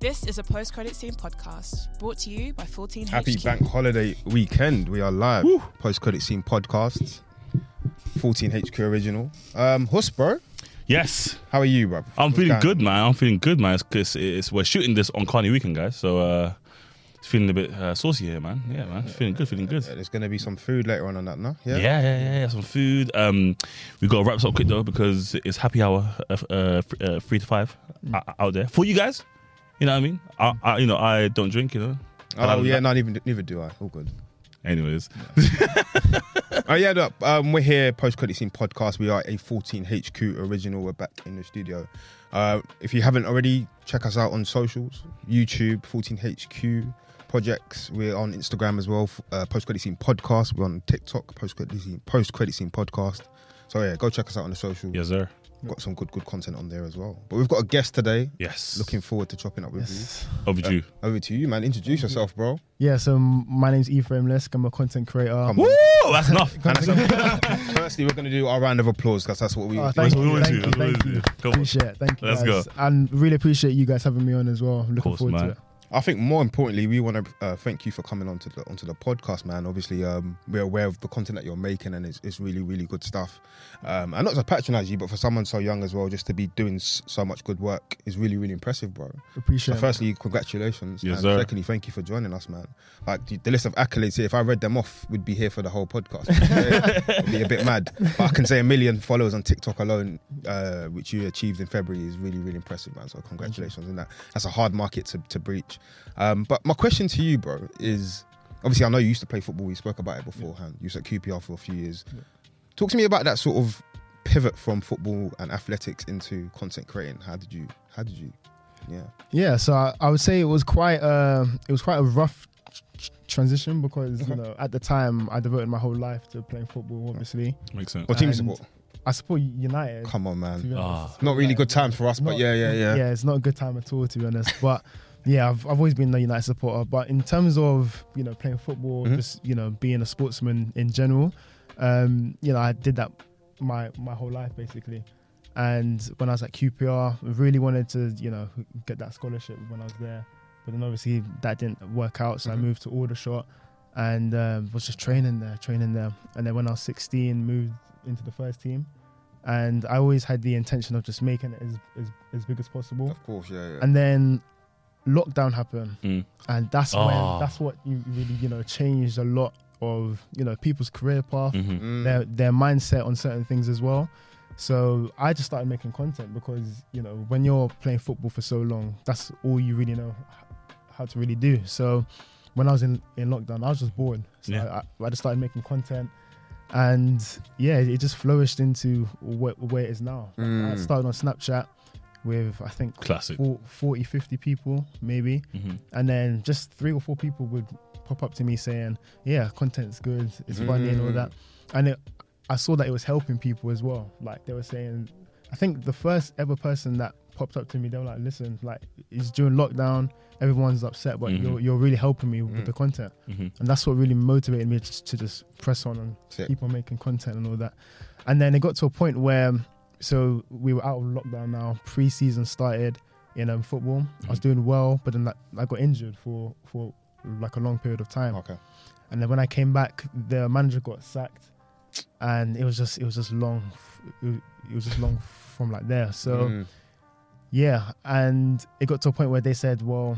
This is a post credit scene podcast brought to you by 14 Happy HQ. bank holiday weekend. We are live. Post credit scene podcasts. 14 HQ original. Um, Hus, bro, Yes, how are you, bro? I'm feeling good, man. I'm feeling good, man. Because it's, we're shooting this on Carney weekend, guys. So uh, it's feeling a bit uh, saucy here, man. Yeah, man. Feeling good, feeling good. There's gonna be some food later on on that, no? Uh, Yeah, yeah, yeah. yeah. Some food. Um, we got to wrap this up quick though because it's happy hour, uh, f- uh, f- uh, three to five Mm. uh, out there for you guys. You know what I mean? I, I you know, I don't drink. You know. And I Oh don't yeah, like- no, even neither do I. All good. Anyways, Oh yeah, look, um, we're here, Post Credit Scene Podcast. We are a 14 HQ original. We're back in the studio. Uh, if you haven't already, check us out on socials: YouTube 14 HQ Projects. We're on Instagram as well. f- Uh, Post Credit Scene Podcast. We're on TikTok. Post Credit Scene Post Credit Scene Podcast. So yeah, go check us out on the socials. yes, sir. We've got some good, good content on there as well. But we've got a guest today. Yes. Looking forward to chopping up with Mm-hmm. overdue. you. Over to you, man. Introduce yourself, bro. Yeah, so m- my name's Ephraim Lesk. I'm a content creator. Come Woo! That's enough. And so- firstly, we're going to do our round of applause because that's what we. Oh, That's thank what we you, wanna do, thank you, that's what we thank wanna you. do. Come on. Appreciate it. Thank you. Let's guys. And really appreciate you guys having me on as well. I'm looking course, forward man. to it. I think more importantly, we want to uh, thank you for coming onto the onto the podcast, man. Obviously, um, we're aware of the content that you're making, and it's, it's really really good stuff. Um, and not to patronise you, but for someone so young as well, just to be doing s- so much good work is really really impressive, bro. So Appreciate it. firstly, congratulations. Yes, and sir. secondly, thank you for joining us, man. Like the, the list of accolades here, if I read them off, we'd be here for the whole podcast. It'd be a bit mad. But I can say a million followers on TikTok alone, uh, which you achieved in February, is really, really impressive, man. So congratulations on that. That's a hard market to, to breach. Um, but my question to you, bro, is obviously I know you used to play football. We spoke about it beforehand. You was at QPR for a few years. Talk to me about that sort of pivot from football and athletics into content creating. How did you? How did you? Yeah. Yeah, so I, I would say it was quite a it was quite a rough tr- transition because you know at the time I devoted my whole life to playing football. Obviously, Makes sense. What team you And- support? I support United. Come on, to be man. honest. Ah. Not really good times for us, but Not- yeah, yeah, yeah. yeah, it's not a good time at all to be honest. But yeah, I've, I've always been a United supporter. But in terms of you know playing football, Mhm. just you know being a sportsman in general, um, you know I did that my my whole life basically. And when I was at QPR, I really wanted to you know get that scholarship when I was there, but then obviously that didn't work out. So Mhm. I moved to Aldershot and um, was just training there, training there. And then when I was 16, moved into the first team. And I always had the intention of just making it as, as, as big as possible Of course, yeah, yeah. and then lockdown happened Mm. and that's Ah. when that's what you really you know changed a lot of you know people's career path Mhm. Mm. their their mindset on certain things as well so i just started making content because you know when you're playing football for so long that's all you really know h- how to really do so when i was in in lockdown i was just bored so Yeah. I, I just started making content and yeah it just flourished into where, where it is now i Mm. started on snapchat with i think Classic. four- 40, 50 people, maybe. Mhm. And then just three or four people would pop up to me saying, Yeah, content's good, it's funny and all Mm. that. And it, I saw that it was helping people as well. Like they were saying, I think the first ever person that popped up to me, they were like, Listen, like it's during lockdown, everyone's upset, but Mhm. you're, you're really helping me Mm-hmm. Mm. with the content. Mhm. And that's what really motivated me to, to just press on and Sick. keep on making content and all that. And then it got to a point where, um, so we were out of lockdown now. Pre-season started in um, football. I was Mhm. doing well, but then like, I got injured for for like a long period of time. Okay. And then when I came back, the manager got sacked, and it was just it was just long. f- It was- it was just long from like there. So. Mm. Yeah, and it got to a point where they said, "Well,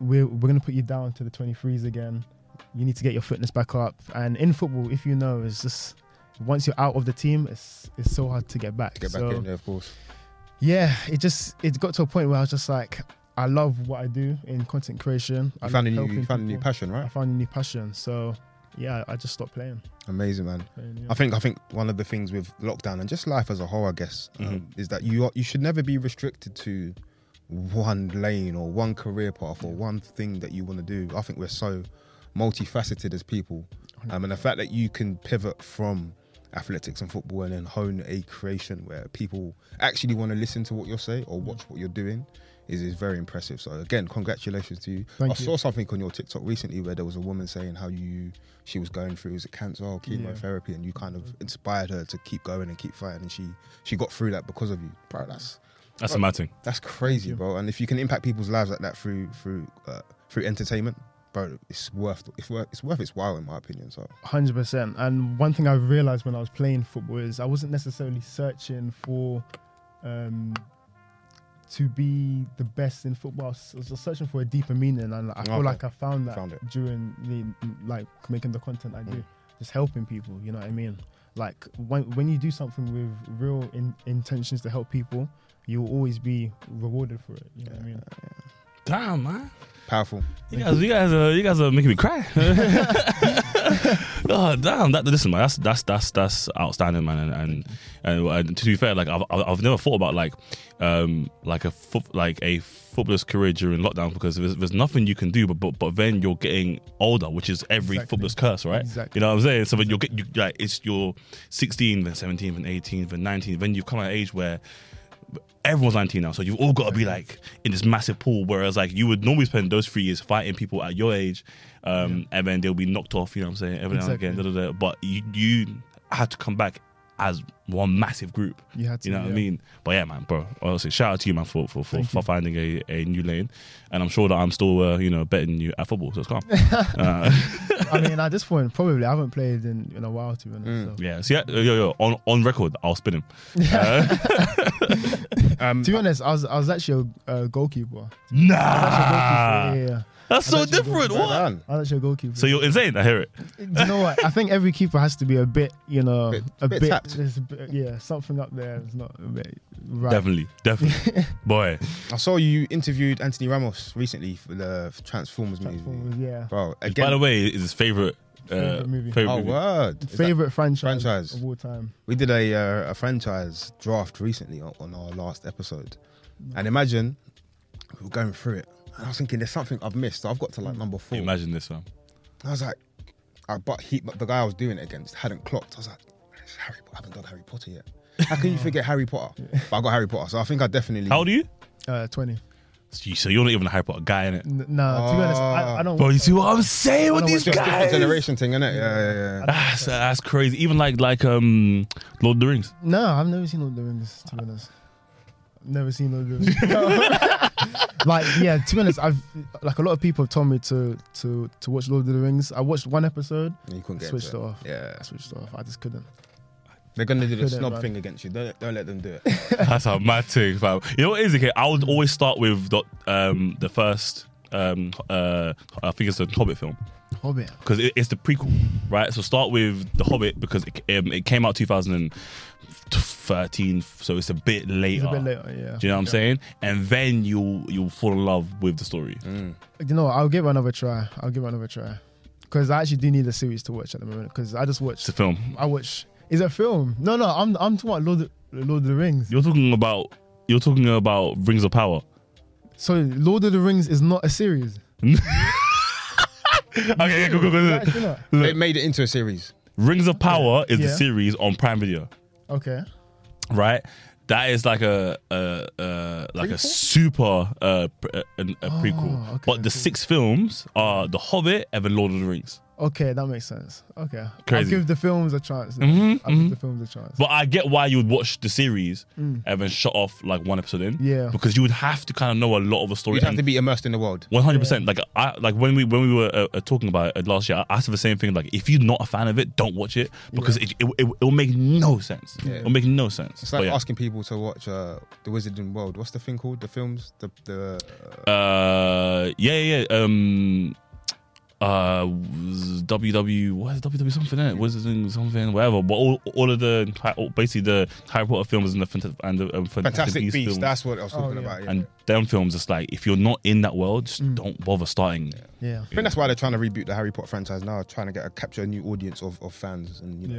we're we're gonna put you down to the 23s again. You need to get your fitness back up." And in football, if you know, it's just once you're out of the team, it's it's so hard to get back. get back so, in there, of course. Yeah, it just it got to a point where I was just like, I love what I do in content creation. I You found a love new, you helping found a new people. passion, I right? found a new passion. So yeah, I just stopped playing. Amazing, man. playing, yeah. I think I think one of the things with lockdown and just life as a whole, I guess, um, Mm-hmm. is that you are, you should never be restricted to one lane or one career path or one thing that you want to do. I think we're so multifaceted as people, um, and the fact that you can pivot from athletics and football and then hone a creation where people actually want to listen to what you're saying or watch what you're doing. Is, is very impressive. So again, congratulations to you. Thank I you. saw something on your TikTok recently where there was a woman saying how you she was going through was it cancer or Yeah. chemotherapy therapy and you kind of inspired her to keep going and keep fighting and she she got through that because of you bro that's That's a mad thing. That's crazy, you. bro. And if you can impact people's lives like that through through uh, through entertainment, bro, it's worth it's worth it's worth its while in my opinion. So Hundred percent. And one thing I realized when I was playing football is I wasn't necessarily searching for um, to be the best in football. I was I was just searching for a deeper meaning, and I feel Okay. like I found that Found it. Mm. during the like making the content I do, just helping people. You know what I mean? Like when when you do something with real in, intentions to help people, you will always be rewarded for it. You know what I mean? Damn, man. powerful. You guys, you guys, are, you guys are making me cry. oh damn! That listen, man. That's that's that's that's outstanding, man. And and, and, and to be fair, like I've I've I've never thought about like um like a foot like a footballer's career during lockdown because there's, there's nothing you can do. But but but then you're getting older, which is every Exactly. footballer's curse, right? Exactly. You know what I'm saying? So when you're get you, like it's you're 16, then 17, then 18, then 19. Then you come at an age where everyone's 19 now, so you've all got to be like in this massive pool. Whereas like you would normally spend those three years fighting people at your age, um, and then they'll be knocked off. You know what I'm saying? Every Exactly. now and again, da, da, da. but you you had to come back as one massive group. You had to. You know what I yeah. mean? But yeah, man, bro. Honestly, shout out to you, man, for for, for, Thank for you. finding a, a new lane, and I'm sure that I'm still uh, you know better than you at football. So it's calm. uh, I mean, at this point, probably I haven't played in, in a while, to be honest. Mm. so. yeah. So yeah, yo, yo, on on record, I'll spin him. Uh, Um, To be honest, I was I was actually a uh, goalkeeper. I was nah, actually a goalkeeper. Yeah, yeah, that's so That's actually different. good. right What? on. I was actually a goalkeeper. Ah. So you're insane. I hear it. Do you know what? I think every keeper has to be a bit, you know, Bit- a bit bit, tapped. there's a bit- yeah, something up there is not a bit right. Definitely, definitely, boy. I saw you interviewed Anthony Ramos recently for the Transformers movie. Transformers, yeah. Bro, again, By the way, is his favorite uh, Favorite movie. favorite oh movie. word, Is that- Favorite franchise, franchise? of all time. We did a uh, a franchise draft recently on, on our last episode, Mm. and imagine we were going through it. And I was thinking, there's something I've missed. So I've got to like number four. Imagine this, man. I was like, I, but he, but the guy I was doing it against hadn't clocked. I was like, it's Harry, Po- I haven't done Harry Potter yet. How can you forget Harry Potter? But I got Harry Potter, so I think I definitely. How old are you? Uh, twenty. So you- So you're not even a hyper guy in it, N- nah, to be honest, Ah. I, I don't. bro. You see what I'm saying with I know these It's just different guys? generation thing, innit? Yeah, yeah, yeah. That's, that's crazy. Even like like um Lord of the Rings. No, I've never seen Lord of the Rings. To be honest, I've never seen Lord of the Rings. like, yeah, to be honest, I've like a lot of people have told me to to to watch Lord of the Rings. I watched one episode, And You couldn't get switched it into it. off. Yeah, I switched off. I just couldn't. they're gonna do the Couldn't, snob man. thing against you. Don't don't let them do it. That's a mad thing, fam. You know what it is? Okay, I would always start with the um the first um uh I think it's the Hobbit film. Hobbit. because it, it's the prequel, right? So start with The Hobbit because it, um, it came out 2013, so it's a bit It's later. a bit later, yeah. Do you know what I'm saying? And then you'll you'll fall in love with the story. Mm. You know, what, I'll give it another try. I'll give it another try because I actually do need a series to watch at the moment because I just It's watched. a film. I watch. Is it a film? No, no. I'm I'm talking about Lord of, Lord of the Rings. You're talking about you're talking about Rings of Power. So Lord of the Rings is not a series. Okay, yeah, go go go. Actually not. They made it into a series. Rings of Power is the Yeah. series on Prime Video, Okay. right? That is like a, a, a like a super uh, pre- a, a prequel. Ah, okay, but the cool. six films are The Hobbit and the Lord of the Rings. Okay, that makes sense. Okay. Crazy. I'll give the films a chance. Mhm, I'll mhm. give the films a chance. But I get why you would watch the series Mm. and then shut off like one episode in. Yeah. Because you would have to kind of know a lot of the story. You'd have to be immersed in the world. One hundred percent. Like I like when we when we were uh, uh, talking about it last year, I I said the same thing. Like if you're not a fan of it, don't watch it because it, it it will make no sense. It'll make no sense. It's like But yeah. asking people to watch uh, the Wizarding World. What's the thing called? The films, the the Uh, yeah, yeah. yeah, Um, uh, was WW, what is WW something? It was something, whatever. But all, all of the all- basically the Harry Potter films and the Fanta- and the um, Fantastic, Fantastic Beasts Beasts. films. That's what I was Oh, talking yeah. Mm. about. Yeah. and them films, it's like if you're not in that world, just don't bother starting. yeah. I think that's why they're trying to reboot the Harry Potter franchise now, trying to get a capture a new audience of, of fans and you know.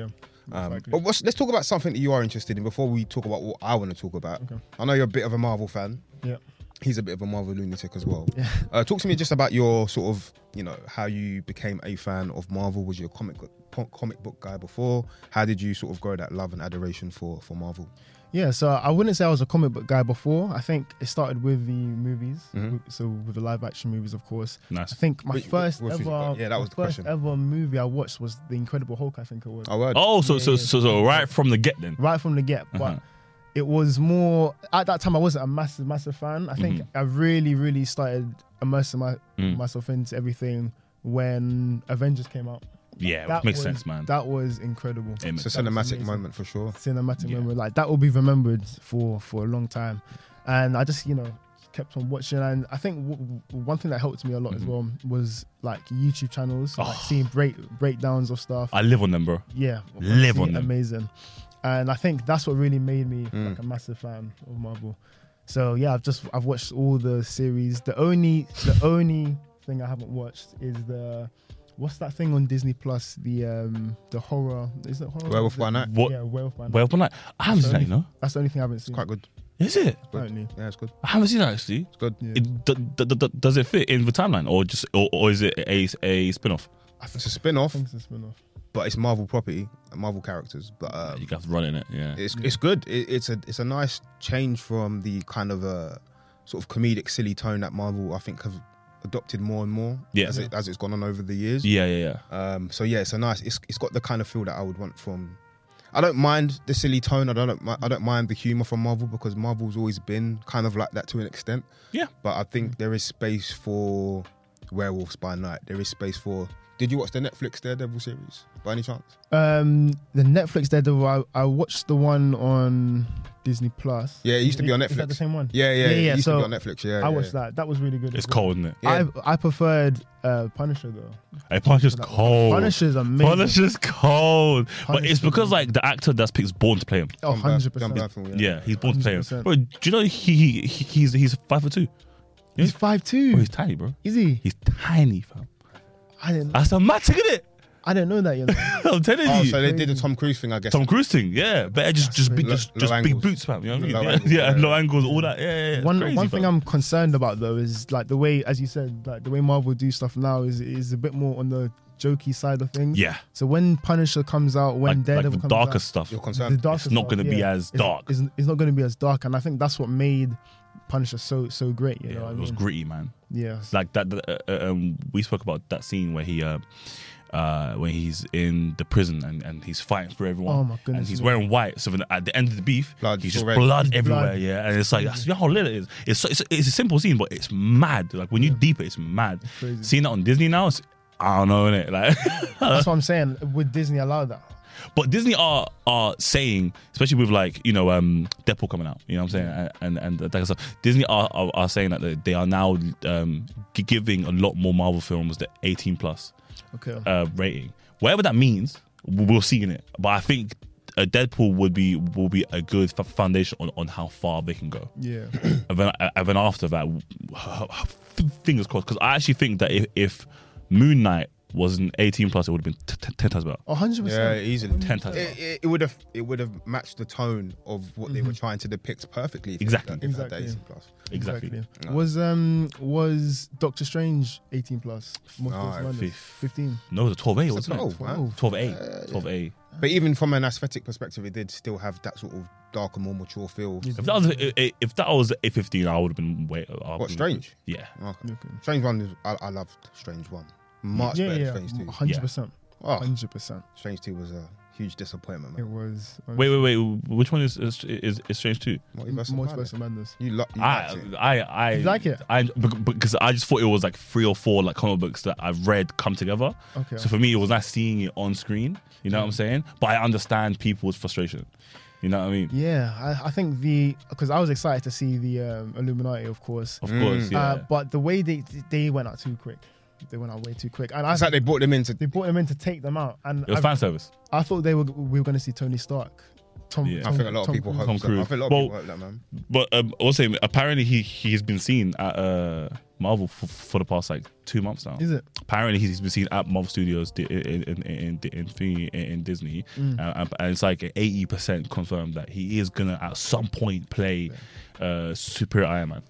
Yeah. Um, exactly. But what's, let's talk about something that you are interested in before we talk about what I want to talk about. Okay. I know you're a bit of a Marvel fan. Yeah. He's a bit of a Marvel lunatic as well. Uh, talk to me just about your sort of, you know, how you became a fan of Marvel. Was you a comic po- comic book guy before? How did you sort of grow that love and adoration for for Marvel? Yeah, so I wouldn't say I was a comic book guy before. I think it started with the movies, Mhm. with- so with the live action movies, of course. I Nice. think my Wait, wh- first what was it? ever, Yeah, that my was the first question. ever movie I watched was The Incredible Hulk. I think it was Oh, word. Oh, so Yeah, so yeah. so so right from the get then. right from the get. But Uh-huh. it was more at that time I wasn't a massive massive fan. I think Mm-hmm. Mhm. I really really started immersing my, Mm. myself into everything when Avengers came out. Yeah, That makes was- sense, man. That was incredible. Amen. It's a That was cinematic amazing. moment for sure. Cinematic Yeah. memory like that will be remembered for for a long time, and I just you know kept on watching. And I think w- w- one thing that helped me a lot as Mhm. well was like YouTube channels, like Oh. seeing break breakdowns of stuff. I live on them, bro. yeah, Live honestly, on them. amazing. And I think that's what really made me Mm. like a massive fan of Marvel. So yeah, I've just I've watched all the series. The only the only thing I haven't watched is the what's that thing on Disney Plus? The um the horror is it horror? Werewolf Is it- by Night. What? Yeah, werewolf by Night. Well, but like, I haven't seen that, you know. that's the only thing I haven't seen. Quite good. Is it? Apparently. Yeah, it's good. I haven't seen that actually. It's good. Yeah. It, d- d- d- d- does it fit in the timeline, or just, or, or is it a a spin off? I think It's a spin off, it's a spin off. but it's Marvel property, Marvel characters. But uh, you guys running it, yeah. it's it's good. It, it's a it's a nice change from the kind of uh, sort of comedic silly tone that Marvel I think have adopted more and more Yeah. as it, as it's gone on over the years. yeah, yeah, yeah. Um, so yeah, it's a nice. It's it's got the kind of feel that I would want from. I don't mind the silly tone. I don't. mi- I don't mind the humor from Marvel because Marvel's always been kind of like that to an extent. Yeah. But I think there is space for werewolves by night. There is space for. Did you watch the Netflix Daredevil series by any chance? Um, the Netflix Daredevil. I, I watched the one on Disney Plus. Yeah, it used to be on Is that the Netflix. same one? Yeah, yeah, Yeah, yeah. yeah, It used so to be on Netflix. Yeah, yeah, I watched that. That was really good. as It's well. cold, isn't it? Yeah. I I preferred uh, Punisher though. Hey, Punisher's That- cold. Punisher's amazing. Punisher's cold. but Punisher's it's because amazing. like the actor that's picked is born to play him. Oh, John Bur- 100 John percent. Bernthal, Yeah, he's born to play him. 100%. Bro, do you know he, he, he he's he's five for two? He's five two. Bro, he's tiny, bro. Is he? Oh, He's tiny, fam. I didn't. That's a magic, isn't it? I didn't know that. You know. I'm telling Oh, you. so they did the Tom Cruise thing, I guess. Tom Cruise thing, yeah. Better just just big Low- just, low just big angles. boots, fam. You know what I mean? Low yeah, angles, yeah, yeah. low angles, all that. Yeah, yeah. yeah. It's one crazy, one thing fam. I'm concerned about though is like the way, as you said, like the way Marvel do stuff now is is a bit more on the jokey side of things. yeah, So when Punisher comes out, when like, like Daredevil the comes darker out, stuff. You're the concerned. darker It's not stuff, gonna be yeah, as it's- dark. It's, it's not going to be as dark, and I think that's what made Punisher so so great. You Yeah, know, what I it was mean? gritty, man. Yeah. Like that, that uh, uh, um, we spoke about that scene where he, uh, uh, when he's in the prison and, and he's fighting for everyone. Oh my goodness, And he's man. wearing white, so then at the end of the beef, Blood, he's just red. blood It's everywhere. blood. Yeah, and it's like that's how lit it is. It's, so- it's it's a simple scene, but it's mad. Like when you deep it, it's mad. crazy. Seeing that on Disney now, it's, I don't know innit? Like, That's what I'm saying. Would Disney allow that? but Disney are are saying, especially with like you know um Deadpool coming out, you know what I'm saying, and and, and that kind of stuff. Disney are, are are saying that they- they are now um gi- giving a lot more Marvel films the 18 plus Okay. uh, rating, whatever that means. w- We'll see in it, but I think uh, Deadpool would be will be a good f- foundation on, on how far they can go. yeah. And then, uh, and then after that, fingers crossed. Because I actually think that if, if Moon Knight was an 18 plus, it would have been t- t- 10 times better. A hundred Yeah, percent. easily. 10 times better. It, it, it would have it would have matched the tone of what they were trying to depict perfectly. If Exactly. That, if that Mm-hmm. Exactly. is in plus. Exactly. No. Was um was Doctor Strange 18 plus? Multiverse No, Madness? fif- 15. No, it was a 12A, wasn't it? 12, wow. 12A. 12A. But even from an aesthetic perspective, it did still have that sort of darker, more mature feel. Yes. If that was if, if that was a 15, I would have been way. uh, I would've What been- strange? Yeah. Okay. Okay. Ah, Strange one. Is, I, I loved Strange one. Much Yeah, better yeah, than Strange two. 100%. Ah. Oh, 100%. Strange two was a huge disappointment. It Man. was. um, Wait, wait, wait. Which one is is, is, is strange too? Multiverse of Madness. Multiverse of Madness. You, lo- you liked I, it. I, I You like it? I bec- because I just thought it was like three or four like comic books that I've read come together. Okay. So for me, it was nice seeing it on screen. You know what I'm saying? But I understand people's frustration. You know what I mean? yeah, I, I think the. Because I was excited to see the um, Illuminati, of course. Of course. Yeah. Uh, but the way they they went out too quick. They went out way too quick. And I It's like they brought them into. they brought them in to take them out. And it was I, fan service. I thought they were we were going to see Tony Stark. Tom, Yeah. I I Tom- think a lot of Tom people Cruise. hope. Tom I think a lot of Cruise. people hope that man. But um, also apparently he he's been seen at uh, Marvel for, for the past like two months now. Is it? apparently he's been seen at Marvel Studios di- in in in, in, Thingy- in, in Disney, Mm. Uh, and, and it's like eighty percent confirmed that he is gonna at some point play uh, Super Iron Man.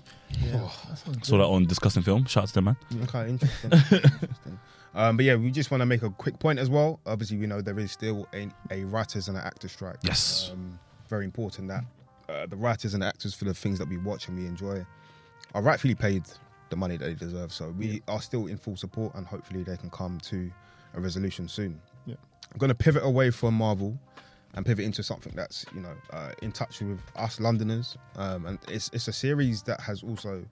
Yeah. That sounds Saw that on discussing film. Shout out to the man. Okay, interesting. interesting. Um, but yeah, we just want to make a quick point as well. Obviously, we know there is still a, a writers and an actor strike. Yes. Um, very important that uh, the writers and the actors for the things that we watch and we enjoy are rightfully paid the money that they deserve. So we are still in full support, and hopefully they can come to a resolution soon. Yeah. I'm going to pivot away from Marvel and pivot into something that's you know uh, in touch with us Londoners. Um, and it's it's a series that has also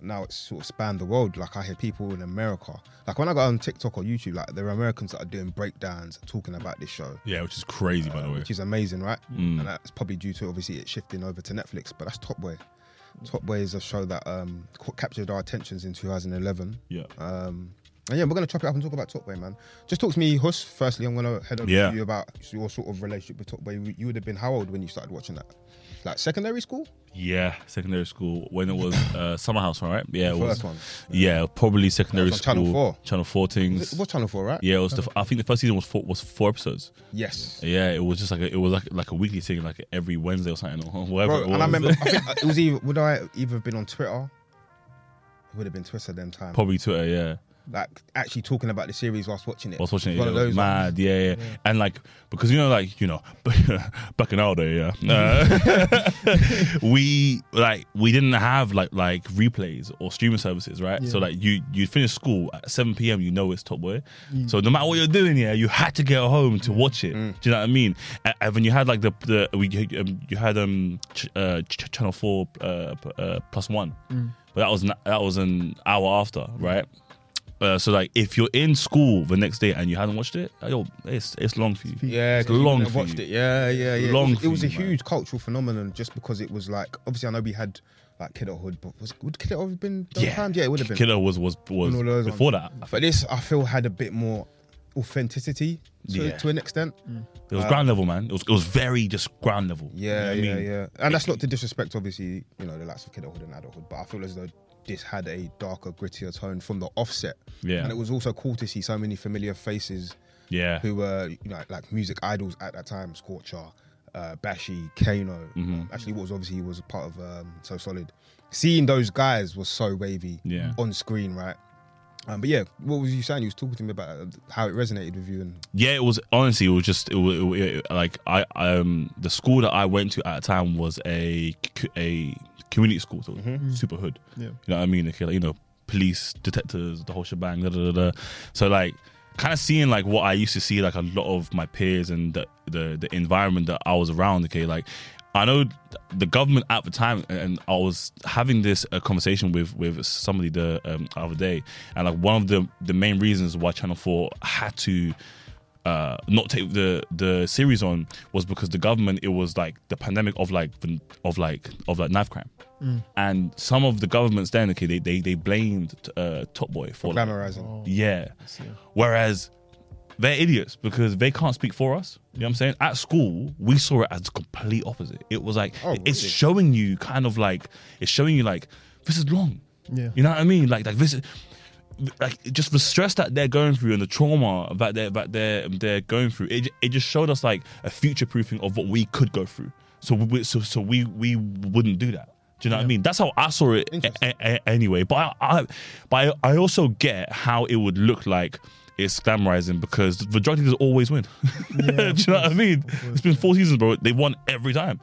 now it's sort of spanned the world. Like I hear people in America, like when I go on TikTok or YouTube, like there are Americans that are doing breakdowns talking about this show. Yeah, which is crazy, by the way. Which is amazing, right? And that's probably due to obviously it shifting over to Netflix, but that's Top Boy. Top Boy is a show that um, ca- captured our attentions in 2011. Yeah. Um, and yeah, we're gonna chop it up and talk about Top Boy, man. Just talk to me, Hush. Firstly, I'm gonna head over Yeah. to you about your sort of relationship with Top Boy. You you would have been how old when you started watching that? Like secondary school? Yeah, secondary school when it was uh, summer house, all right? Yeah, it The was. first one. Yeah, probably secondary That was on school. Channel Four. Channel Four Was things. it, what channel four, right? Yeah, it was. The, I think the first season was four, was four episodes. Yes. Yeah, it was just like a, it was like like a weekly thing, like every Wednesday or something or whatever. Bro, it was. and I remember I think it was either would I either have been on Twitter? It would have been Twitter them time. probably Twitter. Yeah, Like actually talking about the series whilst watching it. I was watching it. One yeah, of it was those ones. mad. Yeah, yeah, and like because you know, like you know, back in our day, yeah, uh, we like we didn't have like like replays or streaming services, right? So Yeah. like you you finish school at seven p.m. You know it's Top Boy. Mm. So no matter what you're doing, yeah, you had to get home to watch it. Do you know what I mean? A- And when you had like the the we um, you had um ch- uh, ch- channel four uh, p- uh, plus one, Mm. but that was an, that was an hour after, right? Uh, so like if you're in school the next day and you haven't watched it, uh, yo, it's it's long for you. Yeah, It's 'cause you long wouldn't have for watched you. it. Yeah, yeah, yeah. Long it was, it for was a you, man. huge cultural phenomenon just because it was like obviously I know we had like Kidderhood, but was would Kidderhood have been done Yeah. timed? Yeah, it would have been. Killer was was was One of those before that. I think. But this I feel had a bit more authenticity to, Yeah. to an extent. It was ground level, man. It was it was very just ground level. Yeah, You know yeah, what I mean? yeah. And that's not to disrespect obviously, you know, the likes of Kidderhood and adulthood, but I feel as though this had a darker, grittier tone from the offset. Yeah. And it was also cool to see so many familiar faces yeah. who were you know like music idols at that time, Scorcher, uh, Bashy, Kano. Mm-hmm. Um, actually, what was obviously was a part of um, So Solid. Seeing those guys was so wavy Yeah. on screen, right? Um, but yeah, what was you saying? You was talking to me about uh, how it resonated with you, and Yeah, it was honestly. It was just it was, it, wa- it- like I um the school that I went to at the time was a c- a community school, so Mm-hmm. super hood. Yeah. You know what I mean? Okay, like, you know, police, detectives, the whole shebang. Da, da, da, da. So like, kind of seeing like what I used to see, like a lot of my peers and the the, the environment that I was around. Okay, like. I know the government at the time, and I was having this uh, conversation with with somebody the um, other day, and like one of the the main reasons why Channel Four had to uh, not take the the series on was because the government it was like the pandemic of like the- of like of like knife crime, Hmm. and some of the governments then okay they they, they blamed uh, Top Boy for that. glamorizing. Oh. yeah, whereas they're idiots because they can't speak for us. You know what I'm saying? At school, we saw it as the complete opposite. It was like Oh, it's really? showing you kind of like it's showing you like this is long. Yeah. You know what I mean? Like like this is like just the stress that they're going through and the trauma that they're that they're they're going through. It it just showed us like a future proofing of what we could go through. So we so so we we wouldn't do that. Do you know what I mean? That's how I saw it Interesting. a- a- anyway. But I, I but I I also get how it would look like it's glamorizing because the drug dealers always win. Do you know what I mean? It's been four seasons, bro. They won every time.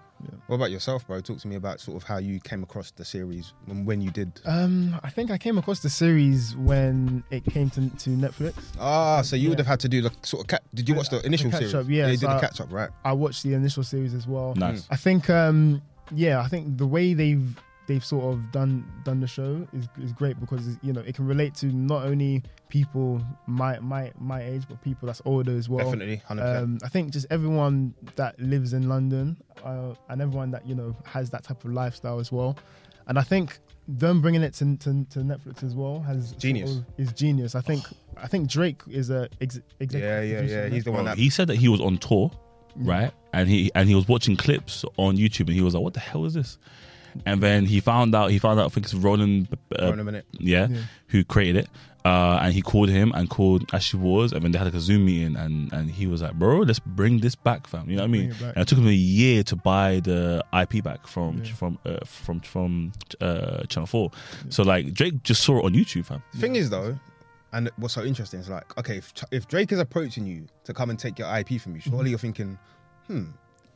What about yourself, bro? Talk to me about sort of how you came across the series and when you did. Um, I think I came across the series when it came to, to Netflix. Ah, so you would yeah. have had to do the sort of cat. Did you watch the The initial catch series? up, yeah, you did so the I- catch up, right? I watched the initial series as well. Nice. I think um yeah, I think the way they've they've sort of done done the show is is great because you know it can relate to not only people my my my age but people that's older as well. Definitely, hundred percent. Um, I think just everyone that lives in London uh, and everyone that you know has that type of lifestyle as well, and I think them bringing it to, to, to Netflix as well has sort Genius. of- is genius. I think I think Drake is a ex- executive Yeah, yeah, producer yeah. on He's the Netflix. one Bro, that. he said that he was on tour, right? And he and he was watching clips on YouTube, and he was like, "What the hell is this?" And then he found out. He found out. I think it's Ronan. Uh, Hold on a minute. yeah, Yeah. who created it. Uh, and he called him and called Ashley Wars, and then they had like a Zoom meeting, and and he was like, "Bro, let's bring this back, fam." You know what I mean? Bring it back. And it took him a year to buy the IP back from Yeah. from uh, from from uh, Channel Four. So like Drake just saw it on YouTube, fam. Thing is though, and what's so interesting is like, okay, if, if Drake is approaching you to come and take your IP from you, Mm-hmm. surely you're thinking, hmm,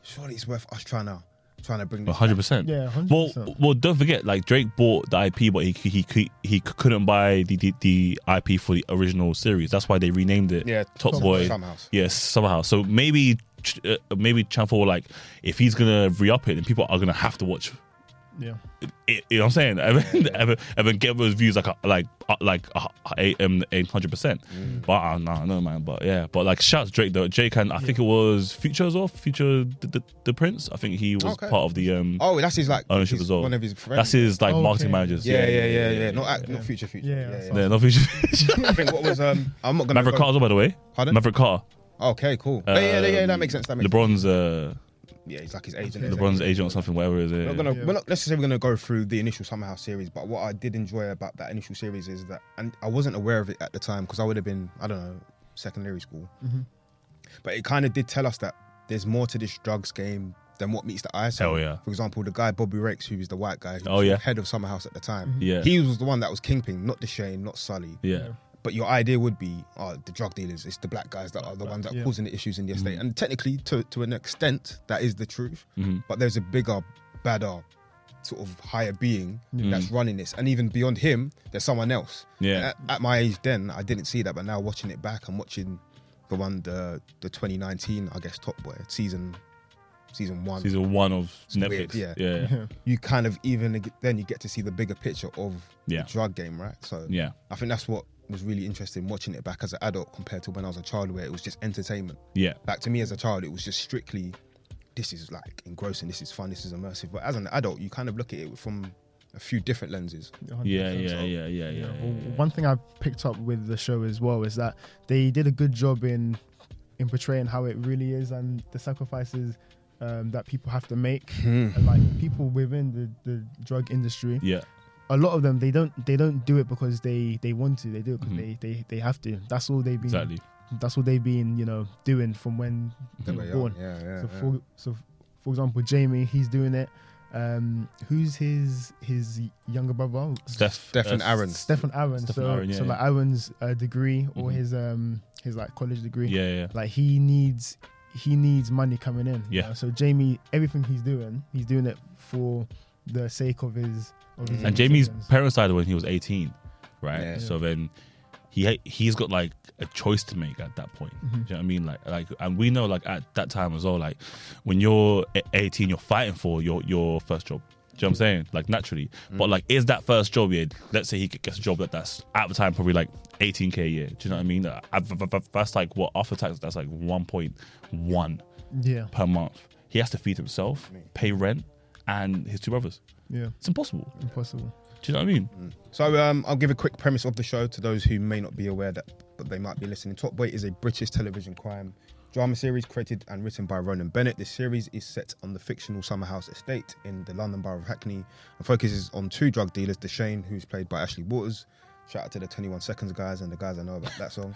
surely it's worth us trying to trying to bring One this. hundred percent. Yeah, 100%. Well, well, don't forget, like Drake bought the IP, but he he he, he couldn't buy the, the the IP for the original series. That's why they renamed it. Yeah, Top Tom- Boy. Summerhouse. Yes, somehow. So maybe ch- uh, maybe Channel Four were like, if he's gonna re up it, then people are gonna have to watch. Yeah. It, you know what I'm saying? And then- and then get those views like a- like uh, like eight hundred percent. Mm. But uh, nah, no man. But yeah, but like shouts Drake though. Drake and I think it was Future as well. Future the, the, the Prince. I think he was Okay. part of the um. Oh, that's his like Ownership his- as well. One of his friends. Oh, that's his like Okay. marketing managers. Yeah, yeah, yeah, yeah. Not act, not future, future. Yeah, Yeah, that's yeah. Yeah, not Future. I think what was um, I'm not gonna. Maverick Carter, by the way. Pardon? Maverick Carter. Okay, cool. yeah, yeah, yeah, yeah, that Um, makes sense. That makes LeBron's uh, sense. Yeah, he's like his agent. isn't he? LeBron's agent or something, whatever it is. We're Yeah. not gonna, Yeah. we're not necessarily gonna go through the initial Summer House series, but what I did enjoy about that initial series is that, and I wasn't aware of it at the time because I would have been, I don't know, secondary school. But it kind of did tell us that there's more to this drugs game than what meets the eye. So, Hell yeah. For example, the guy Bobby Rakes, who was the white guy, who Oh, was yeah. Mm-hmm. head of Summer House at the time, Yeah. he was the one that was kingpin, not Deshane, not Sully. yeah. But your idea would be, oh, the drug dealers, it's the black guys that are the ones that are Yeah. causing the issues in the Mm-hmm. estate. And technically, to, to an extent, that is the truth. Mhm. But there's a bigger, badder, sort of higher being Mm. that's running this. And even beyond him, there's someone else. Yeah. At, at my age then, I didn't see that. But now watching it back and watching the one, the, the 2019, I guess, Top Boy, season season one, Season one of weird, Netflix. yeah. yeah. Yeah. you kind of even then you get to see the bigger picture of Yeah. the drug game, right? So Yeah. I think that's what was really interesting watching it back as an adult compared to when I was a child, where it was just entertainment. Yeah. Like to me as a child, it was just strictly this is like engrossing, this is fun, this is immersive. But as an adult, you kind of look at it from a few different lenses. Yeah. Yeah. 100%. Yeah. Yeah. Yeah. Yeah, yeah, well, One thing I picked up with the show as well is that they did a good job in in portraying how it really is and the sacrifices um, that people have to make. Hmm. And like people within the, the drug industry, yeah. a lot of them they don't they don't do it because they they want to. They do it because Mhm. they, they they have to. That's all they've been. Exactly. Mm-hmm. Mm-hmm. That's all they've been you know doing from when They were they were young, Mm, born. Yeah, yeah, So yeah. for so for example, Jamie, he's doing it. Um, who's his his younger brother? Steph. Steph and uh, Aaron. Stefan Aaron. Stefan so, Aaron, yeah, so yeah. like Aaron's uh, degree or Mhm. his um his like college degree. Yeah. Yeah. Like he needs he needs money coming in. you Yeah. know? So Jamie, everything he's doing, he's doing it for the sake of his. Of his Mhm. And Jamie's siblings. parents died when he was 18, right? Yeah. So then he ha- he's got like a choice to make at that point. Do you know what I mean? Like like and we know like at that time as well like when you're a- 18 you're fighting for your your first job. Do you know what I'm saying? Like naturally. But like is that first job yeah, let's say he gets a job that that's at the time probably like 18k a year. Do you know what I mean? Uh, uh, That's like what after tax that's like 1.1 Yeah, per month. He has to feed himself, pay rent and his two brothers. yeah, It's impossible. impossible. Do you know what I mean? So um, I'll give a quick premise of the show to those who may not be aware that but they might be listening. Top Boy is a British television crime drama series created and written by Ronan Bennett. This series is set on the fictional Summer House estate in the London borough of Hackney and focuses on two drug dealers, Deshane, who's played by Ashley Waters. Shout out to the 21 Seconds guys and the guys I know about that song.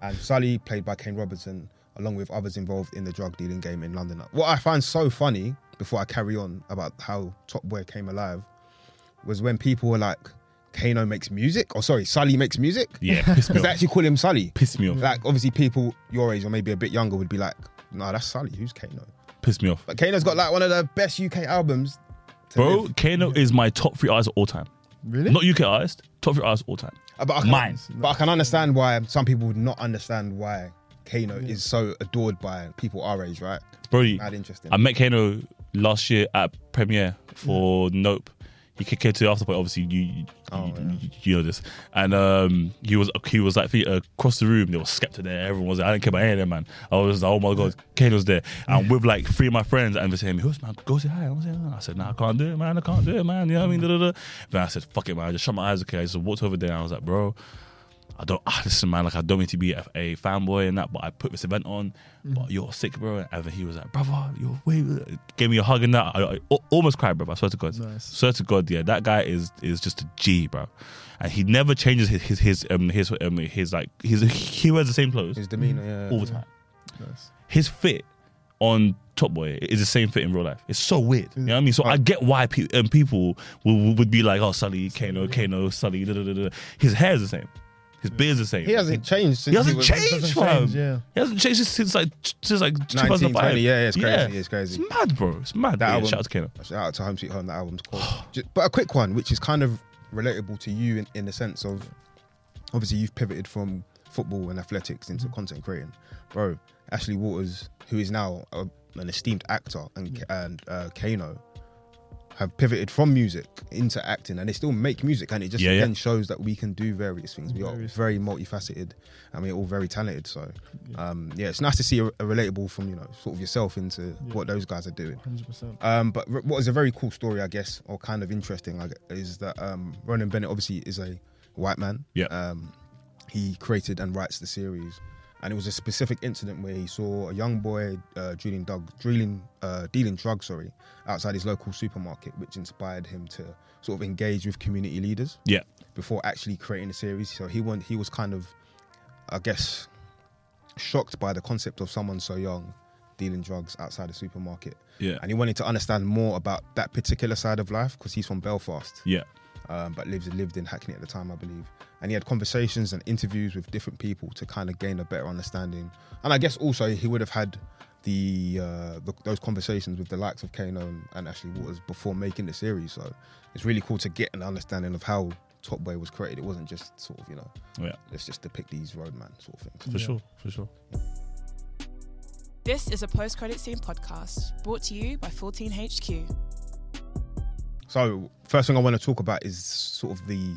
and Sally, played by Kane Robertson, along with others involved in the drug dealing game in London. What I find so funny, before I carry on about how Top Boy came alive, was when people were like, Kano makes music, or sorry, Sully makes music. Yeah, piss me Because they off. actually call him Sully. Piss me off. Like, obviously, people your age or maybe a bit younger would be like, nah, that's Sully. Who's Kano? Piss me off. But Kano's got like one of the best UK albums. to Bro, live. Kano is my top three artist of all time. Really? Not UK artist, top three artist of all time. Uh, But I can, Mine. But I can understand why some people would not understand why Kano is so adored by people our age, right? Bro, Mad interesting. I met Kano last year at premiere Mm. for Nope. He ca- came to the after party. Obviously, you you, Oh, you, you- you know this, and um, he was he was like uh, across the room. There was Skepta there. Everyone was there. I didn't care about any of them, man. I was like, oh my god, Kano's there, and with like three of my friends, and they're saying, "Who's man? Go say hi." I, was like, "Nah." I said, "Nah, I can't do it, man. I can't do it, man." You know what I mean? Da, da, da. Then I said, "Fuck it, man." I just shut my eyes. Okay, I just walked over there. and I was like, "Bro, I don't ah, listen, man. Like I don't mean to be a, a fanboy and that, but I put this event on. But you're sick, bro. And he was like, brother, you're way. Gave me a hug and that. I, I al- almost cried, bro. I swear to God. Nice. Swear to God, yeah. That guy is is just a G, bro. And he never changes his his his um his um his like his he wears the same clothes His demeanor, yeah. Mm. all the time. Nice. His fit on Top Boy is the same fit in real life. It's so weird. You know what I mean? So I get why pe- um, people would, would be like, oh, Sully, Kano, Kano, Sully, da, da, da, da. His hair's the same. His beard's the same. He hasn't changed since He hasn't was- changed, doesn't fam. change, yeah. He hasn't changed since like since like 19, 2005. 20, yeah, it's crazy, it's crazy. It's mad, bro. It's mad. That But yeah, album- shout out to Kano. Shout out to Home Sweet Home, that album's cool. Ju- but a quick one, which is kind of relatable to you in, in the sense of obviously you've pivoted from football and athletics Mm-hmm. into content creating, bro. Ashley Waters, who is now a, an esteemed actor, Mm. and and uh, Kano have pivoted from music into acting, and they still make music, and it just Yeah, yeah. again shows that we can do various things. We are Various very multifaceted, and we're all very talented. So, um, yeah, it's nice to see a, a relatable from you know sort of yourself into what those guys are doing. hundred percent. Um, but r- what is a very cool story, I guess, or kind of interesting, I gue- is that um, Ronan Bennett obviously is a white man. Yeah. Um, he created and writes the series, and it was a specific incident where he saw a young boy uh, dealing, drug, dealing, uh, dealing drugs, sorry, outside his local supermarket, which inspired him to sort of engage with community leaders Yeah. before actually creating the series. So he went, he was kind of, I guess, shocked by the concept of someone so young dealing drugs outside a supermarket. Yeah. And he wanted to understand more about that particular side of life because he's from Belfast, Yeah. um, but lives lived in Hackney at the time, I believe. And he had conversations and interviews with different people to kind of gain a better understanding. And I guess also he would have had the, uh, the those conversations with the likes of Kano and Ashley Waters before making the series. So it's really cool to get an understanding of how Top Boy was created. It wasn't just sort of you know Yeah. let's just depict these roadman sort of things. For Yeah. sure. For sure. This is a post credit scene podcast brought to you by 14HQ. So first thing I want to talk about is sort of the,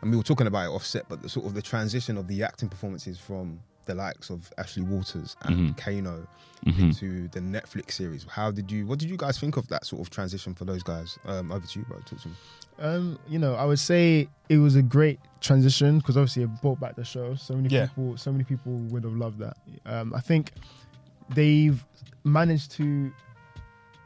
and we were talking about it offset, but the sort of the transition of the acting performances from the likes of Ashley Waters and Kano Mhm. to the Netflix series. How did you? What did you guys think of that sort of transition for those guys? Um, over to you, bro. Talk to me. Um, you know, I would say it was a great transition because obviously it brought back the show. So many Yeah. people, so many people would have loved that. Um, I think they've managed to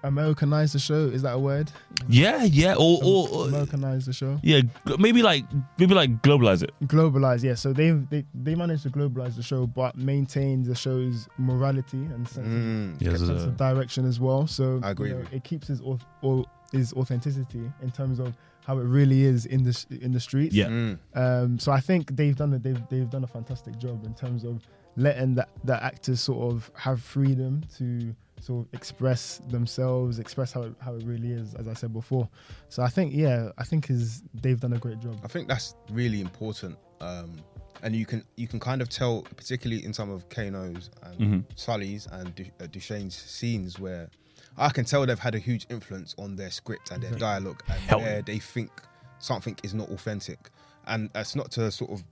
Americanize the show. Is that a word? Yeah. Yeah. Or, or, or Americanize the show. yeah. gl- Maybe like maybe like globalize it. globalize yeah so they've they, they managed to globalize the show but maintain the show's morality and sense, of- Mm, Yeah. sense of direction as well so I agree you know, with it keeps his auth- or his authenticity in terms of how it really is in the s- in the streets Yeah. mm, um so i think they've done it they've, they've done a fantastic job in terms of letting the, the actors sort of have freedom to sort of express themselves express how it, how it really is as i said before so i think yeah i think is they've done a great job I think that's really important. Um, and you can you can kind of tell, particularly in some of Kano's and Mhm. Sully's and Du- uh, Duchesne's scenes, where I can tell they've had a huge influence on their script and their dialogue, and Hell. where they think something is not authentic. And that's not to sort of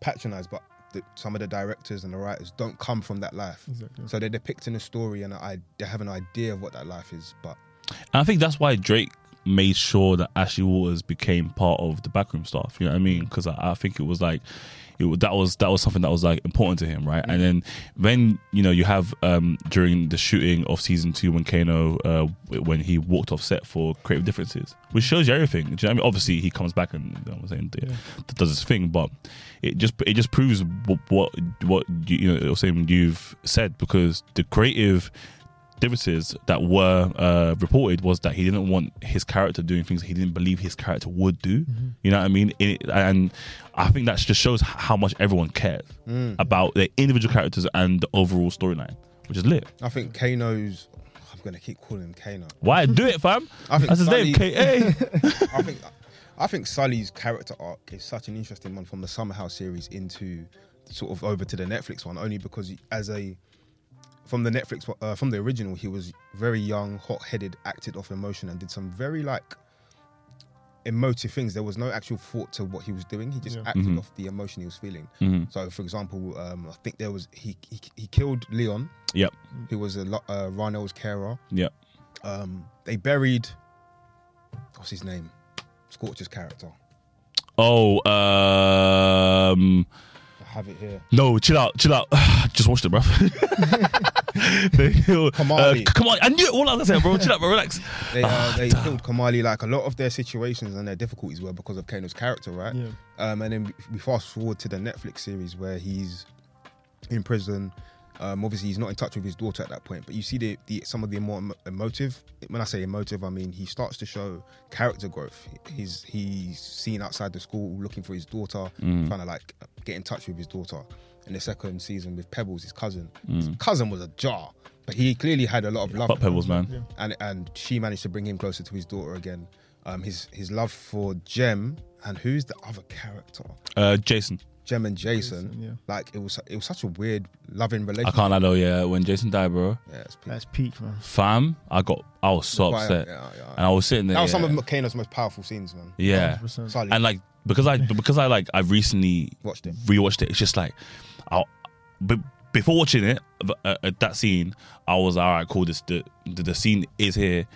patronize, but the, some of the directors and the writers don't come from that life, exactly so they're depicting a story and I they have an idea of what that life is, but And I think that's why Drake made sure that Ashley Waters became part of the backroom staff. You know what I mean? Because I, I think it was like it, wa- that was that was something that was like important to him, right? And then when you know you have um during the shooting of season two when Kano uh, w- when he walked off set for Creative Differences, which shows you everything. Do you know what I mean? Obviously he comes back and you know what I'm saying d- does his thing, but it just it just proves what what, what you, you know saying you've said because the creative differences that were uh, reported was that he didn't want his character doing things he didn't believe his character would do. Mm-hmm. You know what I mean? It, and I think that just shows how much everyone cared Mm. about their individual characters and the overall storyline, which is lit. I think Kano's. I'm gonna keep calling him Kano. Why do it, fam? I think That's his Sully- name, K A. I think I think Sully's character arc is such an interesting one from the Summer House series into sort of over to the Netflix one, only because as a from the Netflix uh, from the original, he was very young, hot-headed, acted off emotion, and did some very like emotive things. There was no actual thought to what he was doing. He just Yeah. acted Mhm. off the emotion he was feeling. Mhm. So, for example, um, I think there was he he, he killed Leon, Yep, who was a lo- uh, Ronald's carer yep. um, they buried what's his name, Scorch's character. Oh, um, I have it here. no, chill out, chill out. Just watched it, bruv. come Kamali. come on, I knew it all I was saying, bro. Chill out, bro. Relax. They, uh, they killed Kamali. Like a lot of their situations and their difficulties were because of Kano's character, right? Yeah. Um, and then we- we fast forward to the Netflix series where he's in prison. Um, obviously, he's not in touch with his daughter at that point, but you see the, the some of the more emo- emotive. When I say emotive, I mean he starts to show character growth. He's he's seen outside the school looking for his daughter, trying to like get in touch with his daughter. In the second season with Pebbles, his cousin, his cousin was a jar, but he clearly had a lot of love. Fuck Pebbles, man. and and she managed to bring him closer to his daughter again. Um, his his love for Jem and who's the other character? Uh, Jason. Jem and Jason, yeah. like it was it was such a weird, loving I relationship. can't lie though, yeah. When Jason died, bro, Yeah, it's peak. That's peak, man. fam, I got, I was so Quiet, upset, yeah, yeah. and I was sitting there. that was yeah. some of Kano's most powerful scenes, man. yeah. 100%. Solid. and like because I because I like I recently Watched it. rewatched it. It's just like, I but before watching it uh, uh, that scene, I was like, all right, cool. This the the, the scene is here.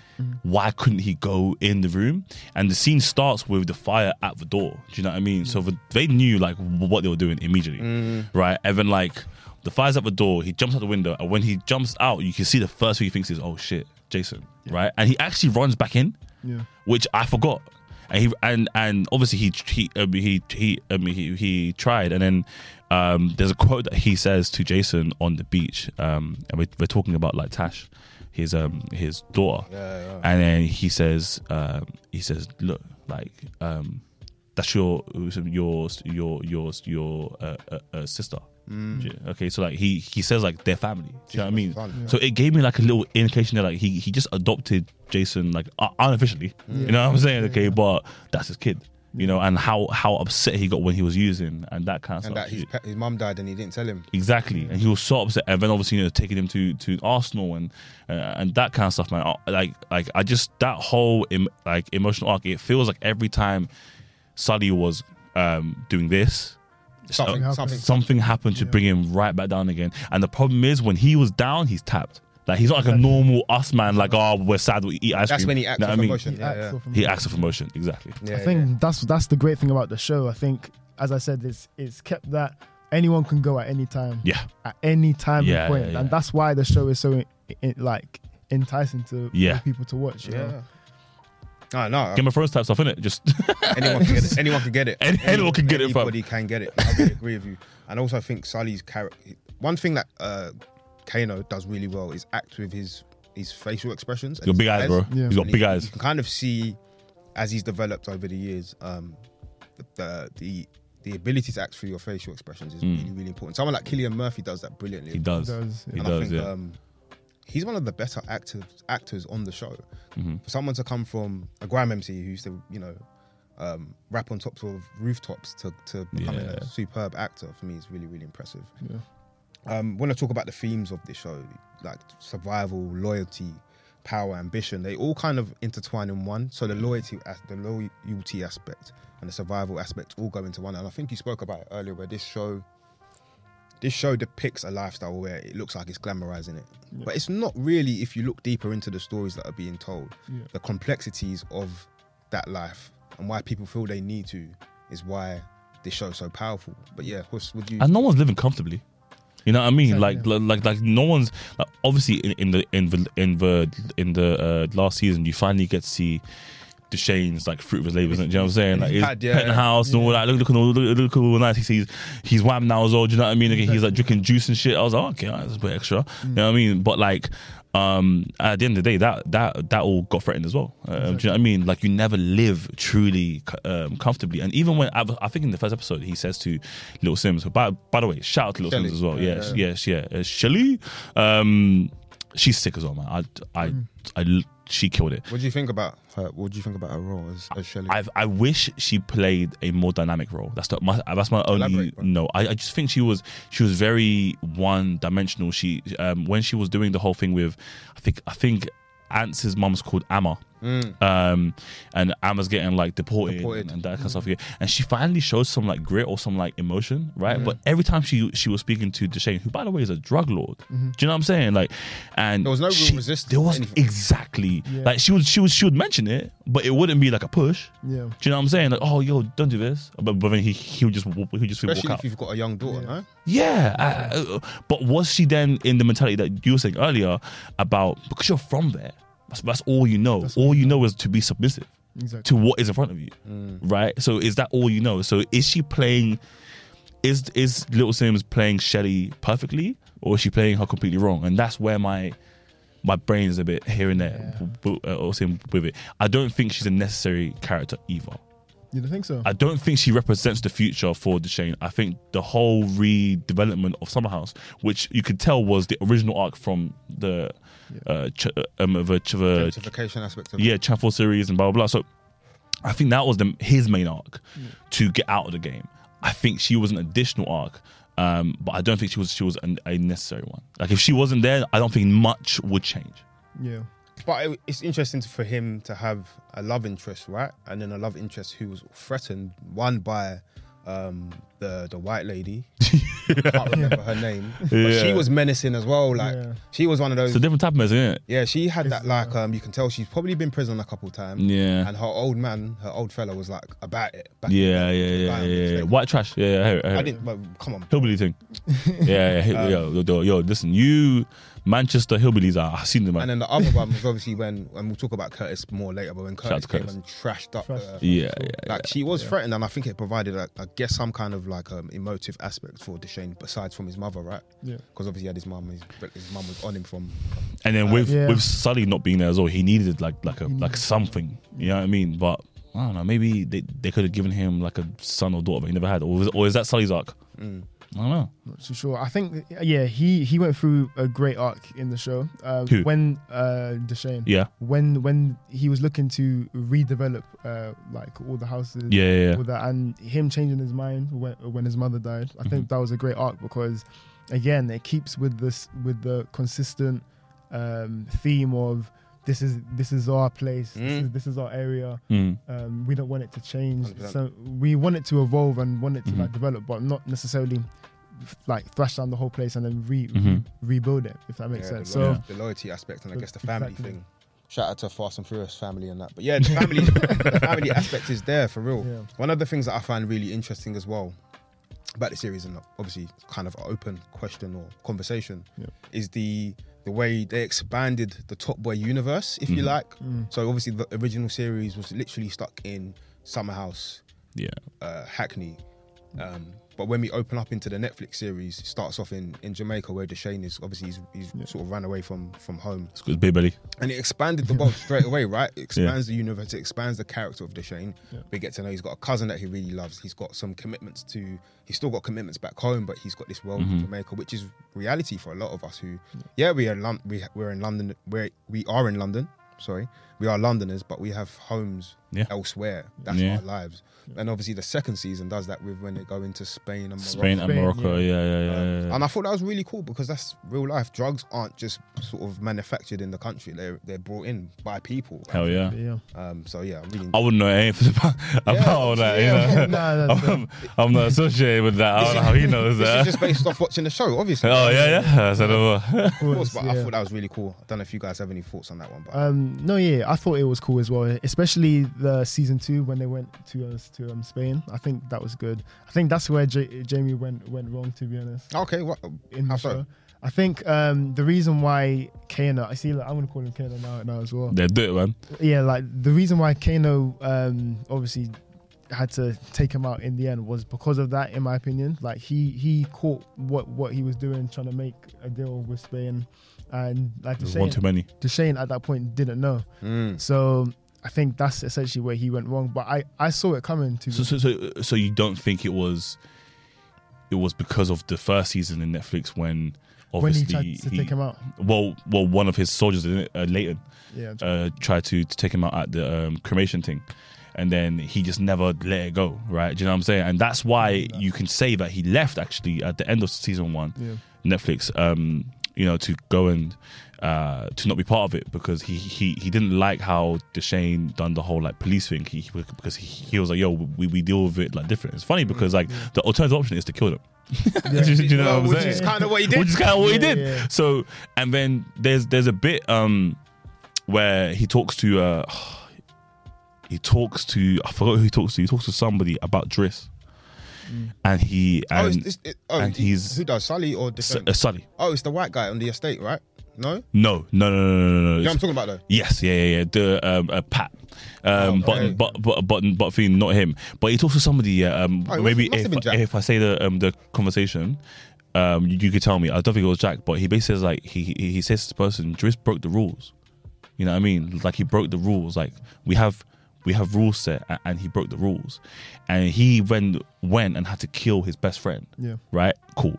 Why couldn't he go in the room? And the scene starts with the fire at the door. Do you know what I mean? So the, they knew like w- what they were doing immediately, Mm. right? And then like the fire's at the door. He jumps out the window, and when he jumps out, you can see the first thing he thinks is, oh shit, Jason, right? And he actually runs back in Yeah. which I forgot. And he and and obviously he he um, he he, um, he he tried, and then um, there's a quote that he says to Jason on the beach, um, and we're, we're talking about like Tash, his um his daughter, yeah, yeah. and then he says um, he says look like um, that's your your your your your uh, uh, uh, sister. Mm. Okay, so like he he says like their family. Do you know what I mean? Solid. So it gave me like a little indication that like he he just adopted Jason like uh, unofficially. You know what I'm saying? Okay, but that's his kid. You know, and how how upset he got when he was using and that kind of And stuff. that his, pe- his mum died and he didn't tell him. Exactly, and he was so upset. And then obviously, you know, taking him to to Arsenal and uh, and that kind of stuff, man. I- Like like I just that whole em, like emotional arc. It feels like every time Sully was um doing this, Something, happened. something. Uh, something happened to bring him right back down again. And the problem is when he was down, he's tapped. Like he's not like a normal us man. Like oh, we're sad. We eat ice That's cream. when he acts Know what off I mean? emotion. Yeah, yeah. Axel from- He acts for promotion. Exactly. Yeah, I think that's that's the great thing about the show. I think, as I said, it's it's kept that anyone can go at any time, Yeah. at any time Yeah, and point, yeah, yeah. and that's why the show is so in, in- like enticing to Yeah. for people to watch. You yeah. know? yeah. No, no. Game of Thrones type stuff, innit? Just anyone can get it. Anyone can get it. Any- anyone can get it, fam. Anybody can get it. I really agree with you. And also, I think Sully's character. One thing that uh, Kano does really well is act with his his facial expressions. and got big his eyes, bro. Yeah. He's got And big you- eyes. You can kind of see as he's developed over the years, um, the the the ability to act through your facial expressions is really really important. Someone like Killian Murphy does that brilliantly. Hmm. He does. He does. does, yeah. and I think yeah. um, he's one of the better actors actors on the show. Mm-hmm. For someone to come from a Grime MC who used to you know um, rap on tops of rooftops to to becoming Yeah. a superb actor for me is really really impressive. Yeah. Um, when I talk about the themes of the show, like survival, loyalty, power, ambition, they all kind of intertwine in one. So the loyalty, as- the loyalty aspect, and the survival aspect all go into one. And I think you spoke about it earlier, where this show, this show depicts a lifestyle where it looks like it's glamorizing it, but it's not really. If you look deeper into the stories that are being told, Yeah. the complexities of that life and why people feel they need to is why this show's so powerful. But yeah, Hus, would you? and no one's living comfortably. You know what I mean? Like, Exactly. like, like, like, no one's like, obviously in, in the in the in the in the uh, last season, you finally get to see the Shane's like fruit of his labor. Do you know what I'm saying? Like his Pad, yeah. penthouse and all that. Look, look, at all- look, look, at all nice. He sees he's wham now as well. Do you know what I mean? Like, He's like drinking juice and shit. I was like, oh, okay, all right, that's a bit extra. Mm. You know what I mean? But like, um, at the end of the day, that that that all got threatened as well. Um, Do you know what I mean? Like, you never live truly um, comfortably. And even when I, I think in the first episode, he says to Little Sims. By by the way, shout out to Little Shelly. Sims as well. Yeah, Yes, yes, yeah. Uh, Shelly, um, she's sick as well, man. I, I, Mm. I, she killed it. What do you think about her? What do you think about her role as, as Shelley? I I wish she played a more dynamic role. That's not my that's my only Elaborate, bro. no. I, I just think she was she was very one dimensional. She um when she was doing the whole thing with I think I think Ance's mum's called Amma. Um and Amma's getting like deported, Mm. Deported. Mm. and that kind of stuff again. And she finally shows some like grit or some like emotion, right? But every time she she was speaking to Deshane, who by the way is a drug lord. Do you know what I'm saying? Like and Mm-hmm. There was no real she- resistance There or wasn't anything. exactly Yeah. like she would she would she would mention it, but it wouldn't be like a push. Do Yeah. you know what I'm saying? Like, oh, yo, don't do this. But, but then he he would just wa- he would just walk Especially out. if you've got a young daughter, no? Yeah. I- I- but was she then in the mentality that you were saying earlier about because you're from there, that's, that's all you know. all you know Mm. is to be submissive Exactly. to what is in front of you, right? So is that all you know? So is she playing? Is is Little Sims playing Shelly perfectly, or is she playing her completely wrong? And that's where my my brain is a bit here and there, Yeah. b- b- uh, also with it. I don't think she's a necessary character either. You don't think so? I don't think she represents the future for Deshane. I think the whole redevelopment of Summer House, which you could tell was the original arc from the uh, ch- um, of a, of a- Gentrification aspect of it. yeah Chapel series and blah blah blah. So I think that was the, his main arc to get out of the game. I think she was an additional arc, um, but I don't think she was she was an, a necessary one. Like if she wasn't there, I don't think much would change. Yeah. But it, it's interesting for him to have a love interest, right? And then a love interest who was threatened, one by um, the the white lady. I can't remember her name. But she Yeah. was menacing as well. Like Yeah. she was one of those. It's a different type of message, isn't it? yeah, she had It's- that. Like um, you can tell she's probably been prison a couple times. Yeah. And her old man, her old fella, was like about it. Back in Yeah, yeah, the day. yeah, yeah, Like, yeah, yeah. like, White trash. Yeah, yeah, I hear it, I hear I it. didn't. But come on. hillbilly thing. Yeah, yeah, yo, yo, yo, yo, listen, you Manchester hillbillies are. I've seen them. Man. And then the other one was obviously when, and we'll talk about Curtis more later, but when Shout Curtis out to came Curtis. and trashed up Trashed. the, yeah, yeah, yeah. Like she was threatened, and I think it provided, like, I guess, some kind of like um, emotive aspect for Deshane, besides from his mother, right? Yeah. Because obviously he had his mum. His, his mum was on him from. And then with Uh, Yeah. with Sully not being there as well, he needed like like a like something. You know what I mean? But I don't know. Maybe they, they could have given him like a son or daughter, but he never had. Or was, or is that Sully's arc? mm. I don't know. Not too sure. I think yeah, he he went through a great arc in the show. Uh, Who? When uh, Deshane. Yeah, When when he was looking to redevelop uh, like all the houses. yeah, yeah. yeah. All that, and him changing his mind when when his mother died. I think Mm-hmm. that was a great arc because, again, it keeps with this with the consistent um, theme of. This is this is our place. This, Mm. is, this is our area. Mm. Um, we don't want it to change. 100%. So we want it to evolve and want it to Mhm. Mm-hmm. like develop, but not necessarily f- like thrash down the whole place and then re- Mhm. rebuild it. If that makes Mm-hmm. yeah, The, sense. So loyalty, the loyalty aspect, and I guess the family Exactly. thing. Shout out to Fast and Furious family and that. But yeah, the family, the family aspect is there for real. Yeah. One of the things that I find really interesting as well about the series, and obviously it's kind of an open question or conversation, Yeah. is the the way they expanded the Top Boy universe, if you Mhm. like. mm, So obviously the original series was literally stuck in Summer House, Yeah. uh, Hackney. Um, but when we open up into the Netflix series, it starts off in, in Jamaica where Deshane is obviously he's, he's Yeah. sort of ran away from from home, It's good, big belly. and it expanded the box straight away, right? It expands the universe, it expands the character of Deshane. Yeah. We get to know he's got a cousin that he really loves. He's got some commitments to. He's still got commitments back home, but he's got this world in Mhm. Jamaica, which is reality for a lot of us who, yeah, we are Lon- we, we're in London. We're, we are in London. Sorry, we are Londoners, but we have homes Yeah. elsewhere. That's Yeah. our lives. And obviously, the second season does that with when they go into Spain and Morocco. Spain and Spain, Morocco. yeah. Yeah, yeah, yeah. yeah, yeah. And I thought that was really cool because that's real life. Drugs aren't just sort of manufactured in the country; they're they're brought in by people. Hell yeah. but yeah. Um, so yeah, I really. I wouldn't know anything about, about all that. You know? no, that's, I'm, I'm not associated with that. I don't know how he knows this that. is just based off watching the show, obviously. Oh yeah, yeah. I said, oh, of course. But I yeah. thought that was really cool. I don't know if you guys have any thoughts on that one, but Um, no, yeah, I thought it was cool as well, especially the season two when they went to us to um, Spain. I think that was good. I think that's where J- Jamie went went wrong, to be honest. okay, what? In How the so? show, I think um, the reason why Kano, I see, like, I'm gonna call him Kano now, now as well. yeah, do it, man. Yeah, like the reason why Kano um, obviously had to take him out in the end was because of that, in my opinion. Like he he caught what what he was doing, trying to make a deal with Spain, and like There's one Deshane, too many. Deshane at that point didn't know. Mm. So I think that's essentially where he went wrong. But I, I saw it coming to So, so, so, so you don't think it was, it was because of the first season in Netflix when when he obviously tried to he- take him out. well, well, one of his soldiers, isn't it? uh, Leighton, Yeah. uh, tried to, to take him out at the um, cremation thing. And then he just never let it go, right? Do you know what I'm saying? And that's why you can say that he left actually at the end of season one, Yeah. Netflix, um, you know, to go and uh, to not be part of it because he he, he didn't like how Deshane done the whole like police thing. He he- because he, he was like, yo, we, we deal with it like different. It's funny Mm, because like the alternative option is to kill them. do, you- do you know Well, what I'm which saying? is kind of what he did. Which is kind of what he Yeah, did. yeah. So and then there's there's a bit um where he talks to uh he talks to I forgot who he talks to. He talks to somebody about Driss, and he oh, and it's, it's, it, oh and he's- he's who does Sully or S- Deshane? uh, Sully. oh, it's the white guy on the estate, right? No, you No, no, no, no, no, no, no. know what I'm talking about though. Yes, yeah, yeah, yeah. The um, uh, Pat, um, Oh, okay. but but but but but thing, not him. But he talks to somebody. uh, Um, Oh, it must- maybe must have if, been Jack. if I say the um the conversation, um, you, you could tell me. I don't think it was Jack, but he basically says like he he, he says to this person, Driss broke the rules. You know what I mean? Like he broke the rules. Like we have we have rules set, a- and he broke the rules, and he then went and had to kill his best friend Yeah. right? Cool.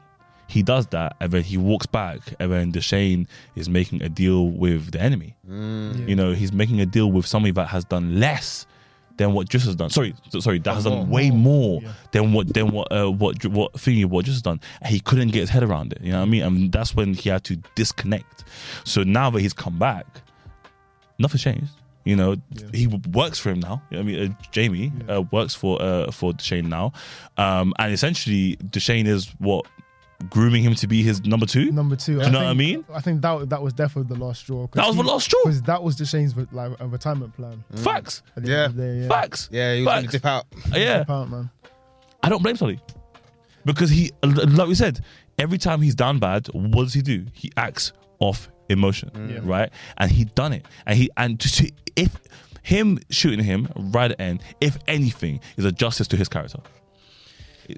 He does that, and then he walks back, and then Deshane is making a deal with the enemy. Yeah. Mm. You know, he's making a deal with somebody that has done less than what Driss has done. Sorry, so- sorry, that has Oh, done more, way more yeah. than what than what uh, what Dr- what thingy what Driss has done. And he couldn't get his head around it. You know what I mean? And that's when he had to disconnect. So now that he's come back, nothing's changed. You know, he w- works for him now. You know what I mean, uh, Jamie uh, works for uh, for Deshane now, um, and essentially Deshane is what grooming him to be his number two. Number two. you know what I think- mean? I think that that was definitely the last straw. That was the last straw. Because that was Deshane's re- like a retirement plan. Facts, At the end of Mm. Yeah. the day, yeah. facts, Yeah, he was going to Facts. dip out. yeah. Keep out, man. I don't blame Solly because he, like we said, every time he's down bad, what does he do? He acts off emotion, Mm. Yeah. right? And he done it, and he and to, to- if him shooting him right at the end, if anything, is a justice to his character,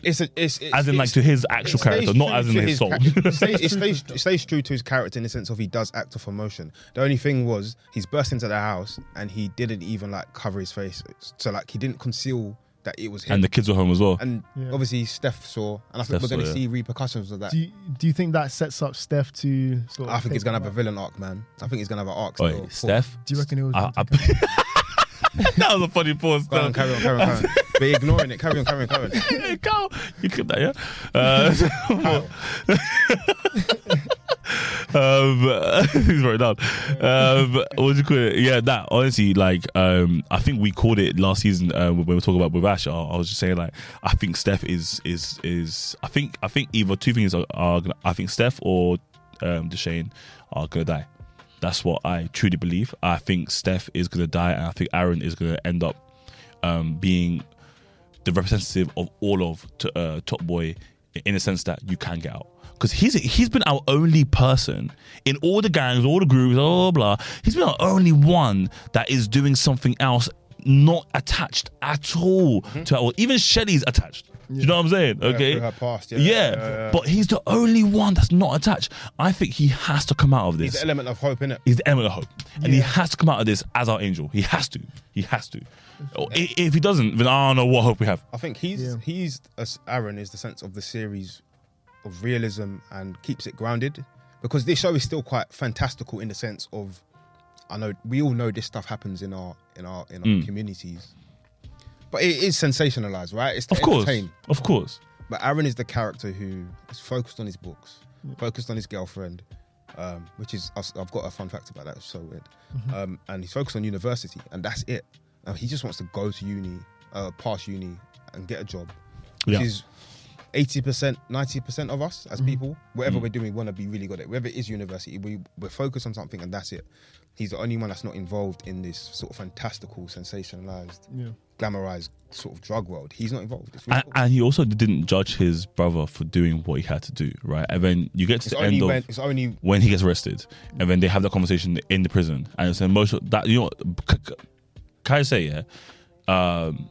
It's a, it's, it's as in like to his actual character, not as in his soul. it, stays, it, stays, it stays true to his character in the sense of he does act off emotion. The only thing was he's burst into the house and he didn't even like cover his face, so like he didn't conceal that it was him. and the kids were home as well. And Yeah. obviously Steph saw, and I think Steph we're going to saw, yeah. see repercussions of that. Do you, do you think that sets up Steph to sort of I think he's going to have a about- villain arc, man. I think he's going to have an arc. Oi, still. Steph. Do you reckon it was? I- I- that was a funny pause. Go on, Steph. carry on, carry on, carry on. but you're ignoring it. Carry on, carry on, carry on. Yeah, Carl. You clip that, yeah? Uh, um, he's wrote it down. Um, what do you call it? Yeah, that honestly, like, um, I think we called it last season uh, when we were talking about with Ash. I, I was just saying, like, I think Steph is is is. I think I think either two things are. are gonna, I think Steph or um, Deshane are gonna die. That's what I truly believe. I think Steph is gonna die, and I think Aaron is gonna end up um, being the representative of all of to, uh, Top Boy in a sense that you can get out. Because he's he's been our only person in all the gangs, all the groups, blah, blah blah. He's been our only one that is doing something else, not attached at all to our. Even Shelly's attached. Do you know what I'm saying? okay. through her past, Mm-hmm. yeah. Yeah, Yeah, yeah, yeah. But he's the only one that's not attached. I think he has to come out of this He's the element of hope, innit? he's the element of hope, and he has to come out of this as our angel. He has to. He has to. Or i- If he doesn't, then I don't know what hope we have. I think he's Yeah. he's as Aaron is the sense of the series of realism and keeps it grounded because this show is still quite fantastical in the sense of I know we all know this stuff happens in our in our in our Mm. communities, but it is sensationalized, right? It's to Of course, entertain. of course. But Aaron is the character who is focused on his books, focused on his girlfriend, um, which is I've I've got a fun fact about that. It's so weird. Um, and he's focused on university, and that's it. Uh, he just wants to go to uni, uh, pass uni, and get a job, which Yeah. is eighty percent, ninety percent of us as people. Whatever we're doing, we want to be really good at. it. Whether it is university, we we're focused on something, and that's it. He's the only one that's not involved in this sort of fantastical, sensationalized, Yeah. glamorized sort of drug world. He's not involved. It's really And, cool. and he also didn't judge his brother for doing what he had to do, right? And then you get to It's the only end of when it's only when he gets arrested, and then they have that conversation in the prison, and it's an emotional. That you know, K- K- can I say yeah? Um,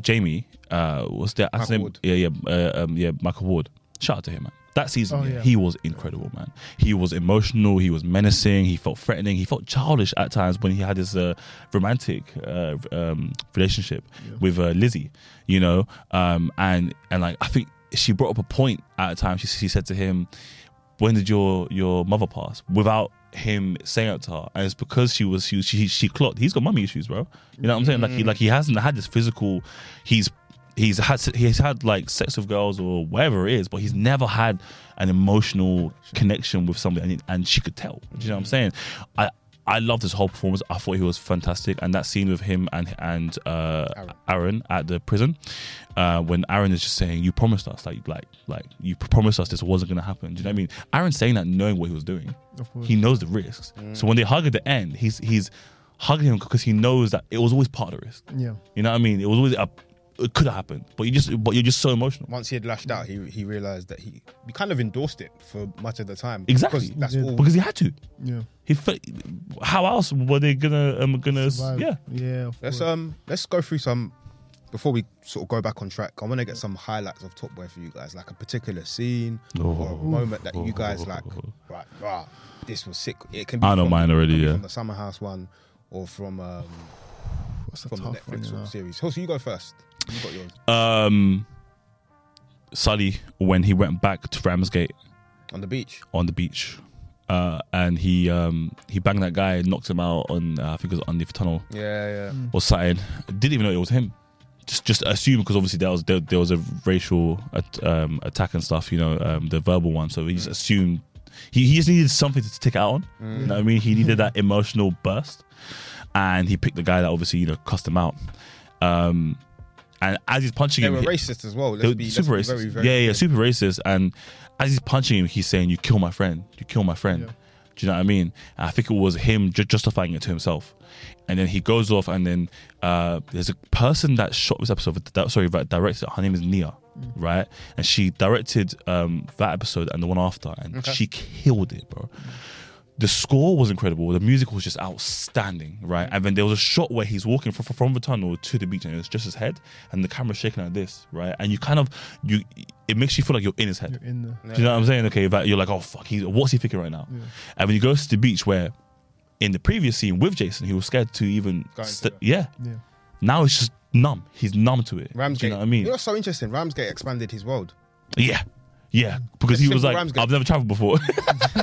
Jamie, uh, was that Michael his name? Ward. Yeah, yeah, uh, um, yeah, Michael Ward. Shout out to him, man. That season, Oh, yeah, yeah. he was incredible, man. He was emotional. He was menacing. He felt threatening. He felt childish at times when he had his uh, romantic uh, um, relationship with uh, Lizzie, you know. Um, and and like I think she brought up a point at a time. She, she said to him, when did your your mother pass without him saying it to her and it's because she was she she, she clocked he's got mummy issues bro you know what i'm saying like he like he hasn't had this physical he's he's had he's had like sex with girls or whatever it is but he's never had an emotional connection with somebody and, and she could tell do you know what i'm saying i I loved his whole performance. I thought he was fantastic, and that scene with him and and uh, Aaron. at the prison, uh, when Aaron is just saying, "You promised us, like, like, like, you promised us this wasn't gonna happen." Do you know what I mean? Aaron saying that, knowing what he was doing, Of course. Mm. he knows the risks. So when they hug at the end, he's he's hugging him because he knows that it was always part of the risk. Yeah. You know what I mean? It was always a, it could have happened, but you just but you're just so emotional. once he had lashed out, he he realized that he he kind of endorsed it for much of the time. Exactly. because that's Yeah. all. Because he had to. Yeah. He fe- how else were they gonna um gonna Survive. yeah Yeah. Of Let's course. um let's go through some before we sort of go back on track. I want to get some highlights of Top Boy for you guys, like a particular scene or Oh. a moment that you guys like. Right, rah, this was sick. It can be. I know from- mine already, it can be yeah. From the Summer House one, or from um, That's a from the tough one, Netflix you sort know. of series. Hilsa, you go first. You got yours um Sully when he went back to Ramsgate on the beach. on the beach uh, and he um, he banged that guy, knocked him out on uh, I think it was on the tunnel Yeah, yeah. or something. Didn't even know it was him. Just just assume because obviously there was there, there was a racial at, um, attack and stuff. You know um, the verbal one, so he just assumed he, he just needed something to take it out on. You know what I mean? He needed that emotional burst, and he picked the guy that obviously you know cussed him out. Um, and as he's punching They him, were he- racist as well. they Let's were be, super let's racist. be very, very yeah, yeah, clear. super racist. And as he's punching him, he's saying, "You kill my friend. You kill my friend." Yeah. Do you know what I mean? And I think it was him ju- justifying it to himself. And then he goes off, and then uh, there's a person that shot this episode. That, sorry, that directed. it. Her name is Nia, Mm. right? And she directed um, that episode and the one after, and Okay. Mm. she killed it, bro the score was incredible. The music was just outstanding, right? And then there was a shot where he's walking from, from the tunnel to the beach, and it's just his head, and the camera's shaking like this, right? And you kind of you, it makes you feel like you're in his head. You're in the Do you know what I'm saying? Okay, that you're like, oh fuck, he's, what's he thinking right now? And when he goes to the beach, where in the previous scene with Jason, he was scared to even, Go into st- that. yeah. yeah. Now it's just numb. He's numb to it. Ramsgate. Do you know what I mean? You know, what's so interesting. Ramsgate expanded his world. Yeah, yeah. Because he Except was for like, Ramsgate. I've never traveled before.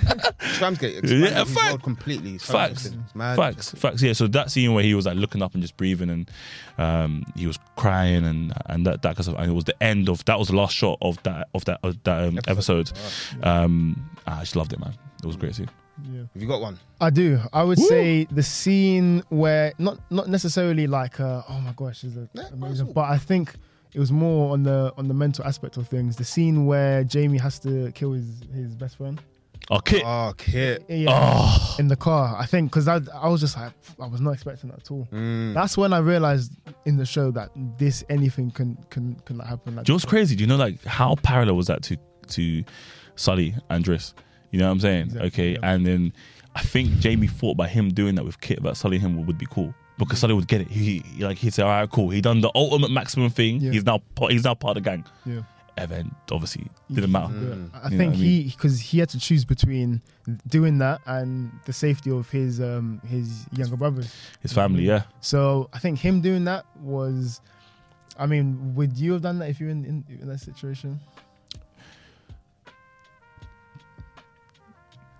Ramsgate expanded Yeah, his fact. world completely. It's so Facts. interesting. It's mad. Facts, facts. Yeah. So that scene where he was like looking up and just breathing, and um, he was crying, and and that that kind of stuff. And it was the end of that was the last shot of that of that of that um, episode. Um, I just loved it, man. It was a great scene. Yeah. Have you got one? I do. I would Woo! say the scene where not not necessarily like uh, oh my gosh, this is Yeah, amazing, cool. but I think it was more on the on the mental aspect of things. The scene where Jamie has to kill his his best friend. Oh, Kit. Oh, Kit. Yeah. Oh, in the car. I think because I, I was just like I was not expecting that at all. Mm. Mm. That's when I realized in the show that this anything can can can like, happen. Like, do you know what's crazy? Do you know like how parallel was that to to Sully and Driss? You know what I'm saying? Exactly, Okay. yeah. And then I think Jamie thought by him doing that with Kit that Sully and him would be cool. Because Sully would get it. He, he- like he'd say, "All right, cool. He done the ultimate maximum thing. Yeah. He's now part- he's now part of the gang." yeah. and then obviously didn't matter. Yeah. I You know think what I he because he had to choose between doing that and the safety of his um his younger brothers. His family, yeah. So I think him doing that was, I mean, would you have done that if you were in, in, in that situation?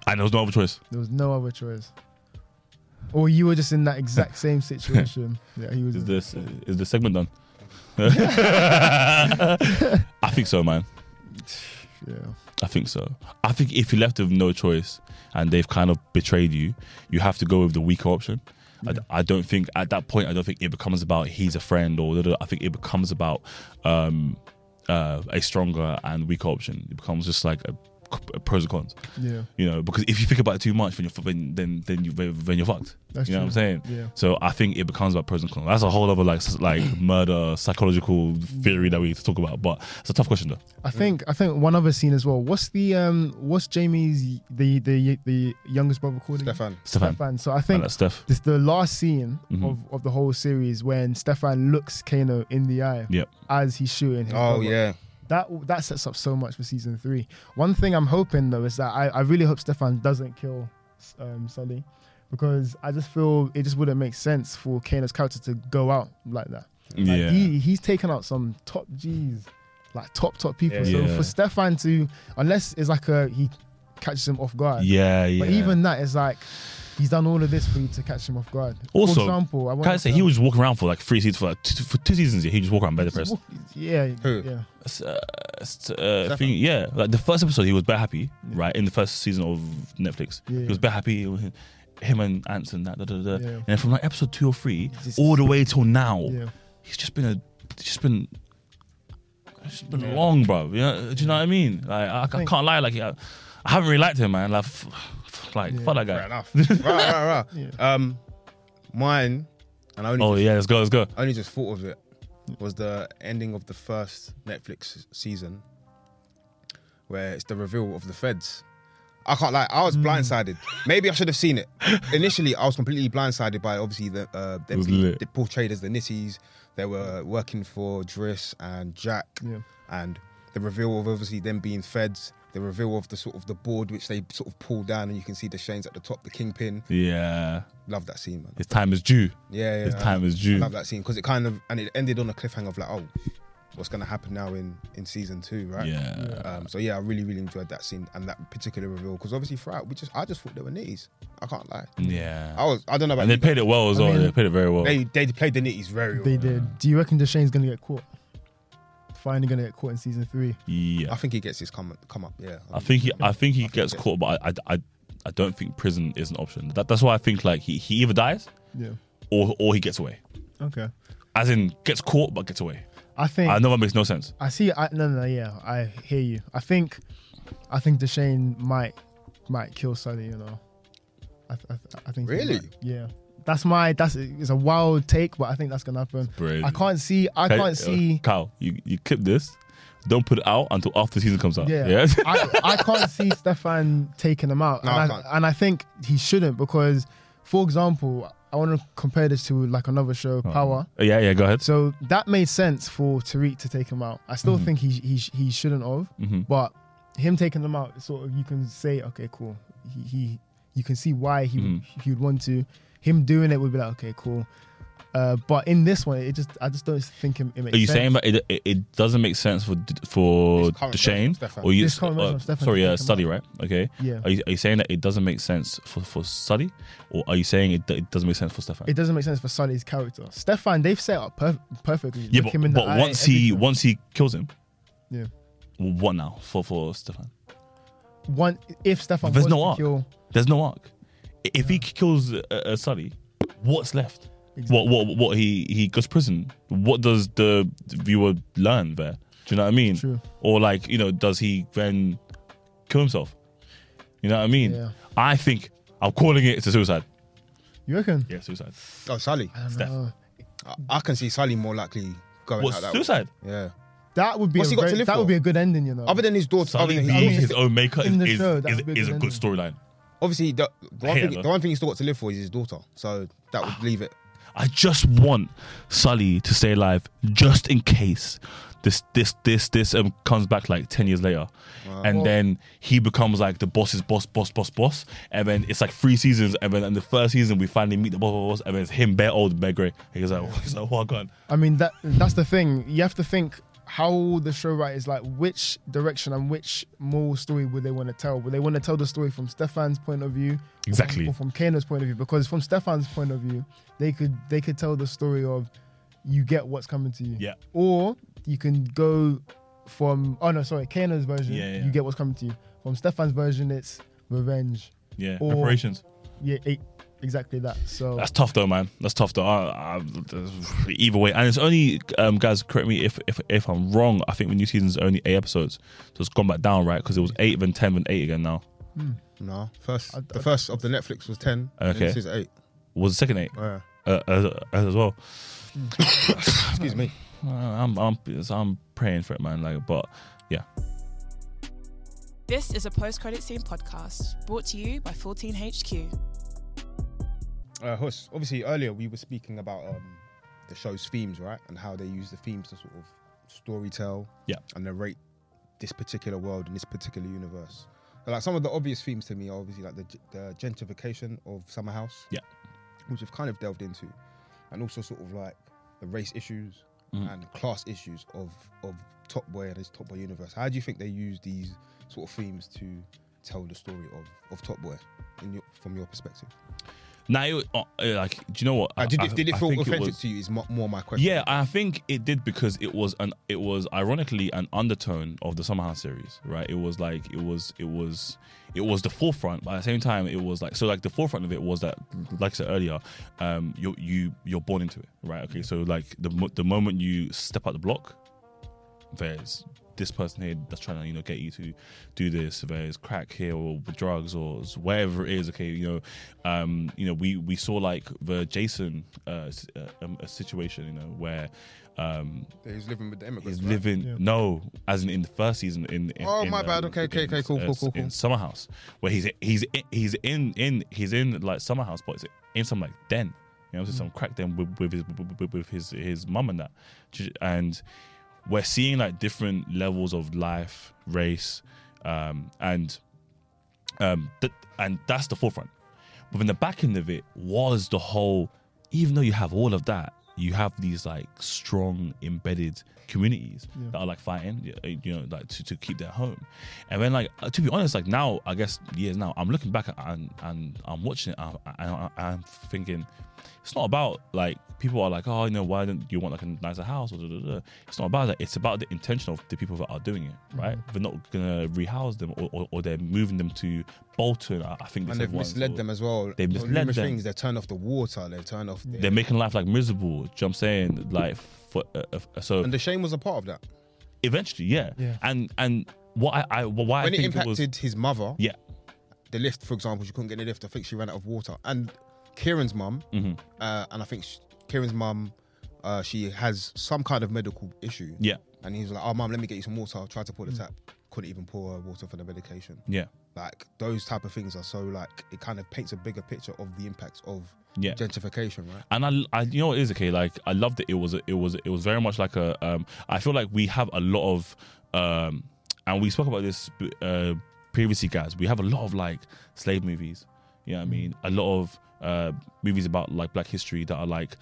And there was no other choice. There was no other choice. Or you were just in that exact same situation. yeah, he was. Is in. this is the segment done? I think so, man. Yeah. I think so. I think if you left with no choice and they've kind of betrayed you, you have to go with the weaker option. I d- I, don't think at that point. I don't think it becomes about he's a friend or da- da- da. I think it becomes about um, uh, a stronger and weaker option. It becomes just like a, a pros and cons. Yeah. you know because if you think about it too much then you're fu- then then, then you then you're fucked That's you know what i'm true. saying Yeah. so i think it becomes about pros and cons that's a whole other like s- like murder psychological theory that we need to talk about but it's a tough question though I think I think one other scene as well. What's the um what's Jamie's the the the youngest brother called again? Stefan. stefan Stefan. So I Man, think that's steph this the last scene Mhm. of, of the whole series when Stefan looks Kano in the eye Yep. as he's shooting his Oh brother. yeah. That that sets up so much for season three. One thing I'm hoping though is that I, I really hope Stefan doesn't kill um, Sully because I just feel it just wouldn't make sense for Kano's character to go out like that. Like, yeah he, he's taken out some top G's, like top top people. Yeah. so Yeah. for Stefan to, unless it's like a he catches him off guard. yeah yeah But even that is like he's done all of this for you to catch him off guard. for Also, example, I want can I say he was walking around for like three seasons for like two, for two seasons? Yeah, he just walked around better person. Yeah, Who? yeah, S- Uh, s- uh, thing, yeah, like the first episode, he was bare happy, right? In the first season of Netflix, Yeah. he was bare happy. with Him and Ants and that, da, da, da. Yeah. and then from like episode two or three, Just- all the way till now, yeah. he's just been a it's just been it's just been Yeah. long, bro. You know, do you know what I mean? Like I, I think- can't lie, like I, I haven't really liked him, man. Like, f- f- like Yeah. fuck that Fair guy. enough. right, right, right. Um, mine, and I only Oh just, yeah, let's go, let's go. I only just thought of it was the ending of the first Netflix season, where it's the reveal of the feds. I can't lie. I was Mm. blindsided. Maybe I should have seen it. Initially, I was completely blindsided by obviously the uh, It them was being lit. d- portrayed as the Nitties. They were working for Driss and Jack, Yeah. and the reveal of obviously them being feds. The reveal of the sort of the board which they sort of pull down, and you can see the Shane's at the top, the kingpin. Yeah, Love that scene, man. his time is due. Yeah, yeah. His I- time is I due. love that scene because it kind of and it ended on a cliffhanger of like, oh, what's going to happen now in in season two, right? Yeah. Um, so yeah, I really really enjoyed that scene and that particular reveal because obviously throughout we just I just thought they were nitties. I can't lie. I Yeah. was I don't know about And they you, but played it well as I well. mean- They played it very well. They they played the nitties very well. They did. Do you reckon Deshane's gonna get caught? Finally gonna get caught in season three. Yeah. I think he gets his come come up. Yeah, I think he, I think he think gets he gets- caught, but I, I, I, I don't think prison is an option. That, that's why I think like he, he either dies Yeah. or or he gets away. Okay. As in gets caught but gets away. I think I know that makes no sense. I see. I, no, no, yeah, I hear you. I think, I think Deshane might might kill Sully. You know, I, th- I, th- I think. he Really? might, yeah, that's my that's it's a wild take, but I think that's gonna happen. Brilliant. I can't see. I Hey, can't uh, see. Kyle, you, you clip this. Don't put it out until after the season comes out. Yeah, Yeah. I, I can't see Stefan taking him out, No, I and, can't. I, and I think he shouldn't because, for example, I want to compare this to like another show, Oh. Power. Yeah. Yeah. Go ahead. So that made sense for Tariq to take him out. I still Mm-hmm. think he he he shouldn't have, Mhm. but him taking them out, sort of, you can say, okay, cool. He, he you can see why he would Mm-hmm. he would want to. Him doing it would be like, okay, cool. Uh, but in this one, it just I just don't think it, it makes. Are you sense. saying that it, it, it doesn't make sense for D- for This current version of Deshane Stefan. or you? This current version uh, of Stefan sorry, to uh, take him study right? Okay. Yeah. Are you, are you saying that it doesn't make sense for for study, or are you saying it, it doesn't make sense for Stefan? it doesn't make sense for Sully's character? Stefan, they've set up perf- perfectly. yeah, Look but, him in the but eye, once he everything. once he kills him, yeah w- what now for for Stefan? one if Stefan There's was no to arc. kill There's no arc. I- If he kills uh, uh, Sully, what's left? What what what he he goes prison? What does the viewer learn there? Do you know what I mean? True. Or like you know, does he then kill himself? You know what I mean? Yeah. I think I'm calling it. It's a suicide. you reckon? Yeah, suicide. Oh, Sully. I don't Steph. know. I, I can see Sully more likely going What out that suicide? Way. Yeah. That would be What's a he got to very- live that for? would be a good ending, you know. Other than his daughter, Sully other than being his, his own maker is in the is, show, that is, would be a is a good good ending. storyline. obviously the, the, one hate thing, her. the one thing he's got to live for is his daughter. So that Ah. would leave it. I just want Sully to stay alive, just in case this this this this um, comes back like ten years later, and then he becomes like the boss's boss, boss, boss, boss, and then it's like three seasons, and then in the first season we finally meet the boss, boss, boss, and then it's him, bare old, bare grey. He's like, he's like, oh god, I mean that that's the thing. You have to think how the show writers like which direction and which moral story would they want to tell? Would they want to tell the story from Stefan's point of view? Exactly. Or from, or from Kano's point of view? Because from Stefan's point of view, they could they could tell the story of you get what's coming to you. Yeah. Or you can go from oh no, sorry, Kano's version, Yeah, yeah. you get what's coming to you. From Stefan's version it's revenge. yeah, Or- preparations. Yeah, e- exactly that. So That's tough though, man. That's tough though. I, I, either way, and it's only um, guys. Correct me if, if if I'm wrong. I think the new season's only eight episodes, so it's gone back down, right? Because it was eight, then ten, then eight again. Now No, first I- the I- first of the Netflix was ten. and Okay. This is eight. was the second eight Yeah. uh, as, as well. Excuse me. Uh, I'm I'm I'm praying for it, man. Like, but yeah, This is a post credit scene podcast brought to you by 14HQ. Uh, Hus, obviously earlier we were speaking about um, the show's themes, right, and how they use the themes to sort of storytell, Yeah. and narrate this particular world and this particular universe. But, like some of the obvious themes to me are obviously like the, g- the gentrification of Summer House, Yeah. which we've kind of delved into, and also sort of like the race issues Mhm. and class issues of of Top Boy and his Top Boy universe. How do you think they use these sort of themes to tell the story of of Top Boy, in your, from your perspective? now it, uh, uh, like, do you know what? Uh, did, it, did it I feel think offensive was- to you? Is mo- more my question. Yeah, I think it did because it was an it was ironically an undertone of the Summer House series, right? It was like it was it was it was the forefront, but at the same time it was like so like the forefront of it was that like I said earlier, um you you you're born into it, right? Okay, so like the mo- the moment you step out the block, there's this person here that's trying to you know get you to do this there's crack here or drugs or whatever it is okay you know um you know we we saw like the jason uh, s- uh um, a situation you know where um he's living with the immigrants. he's living no as in in the first season in, in Oh, in, my bad. Okay, okay, okay, cool, uh, cool, cool, in cool. summer house where he's he's he's in in he's in like summer house but it's in some like den you know, it's Mm. some crack den with, with his with, with his his mum and that, and we're seeing like different levels of life, race, um, and um, th- and that's the forefront. But then the back end of it was the whole. Even though you have all of that, you have these like strong embedded communities Yeah. that are like fighting, y- uh, you know, like to, to keep their home. And then like uh, to be honest, like now I guess years now I'm looking back and and I'm watching it and I, I, I'm thinking it's not about like people are like oh you know why don't you want like a nicer house or da, da, da. it's not about that it's about the intention of the people that are doing it Mm. right they're not gonna rehouse them or, or, or they're moving them to Bolton I, I think they and said they've once, misled or- them as well. They've On misled numerous them. Things. They've turned off the water. They've turned off. The, they're making life like miserable. Do you know what I'm saying? Like, for, uh, uh, so and the shame was a part of that. eventually, yeah. Yeah. And and what I, I why when I it think it, was impacted his mother, yeah, the lift, for example, she couldn't get in the lift. I think she ran out of water. And Kieran's mum, Mm-hmm. uh, and I think sh Kieran's mum, uh, she has some kind of medical issue. yeah, Mm. And he was like, "Oh, mum, let me get you some water." I tried to pour the tap, couldn't even pour her water for the medication. yeah, Like those type of things are so like it kind of paints a bigger picture of the impacts of yeah. gentrification, right? and I, I, you know what it is okay. Like I loved it. It was, it was, it was very much like a. Um, I feel like we have a lot of, um, and we spoke about this uh, previously, guys. We have a lot of like slave movies. You know what I mean? A lot of uh, movies about like Black history that are like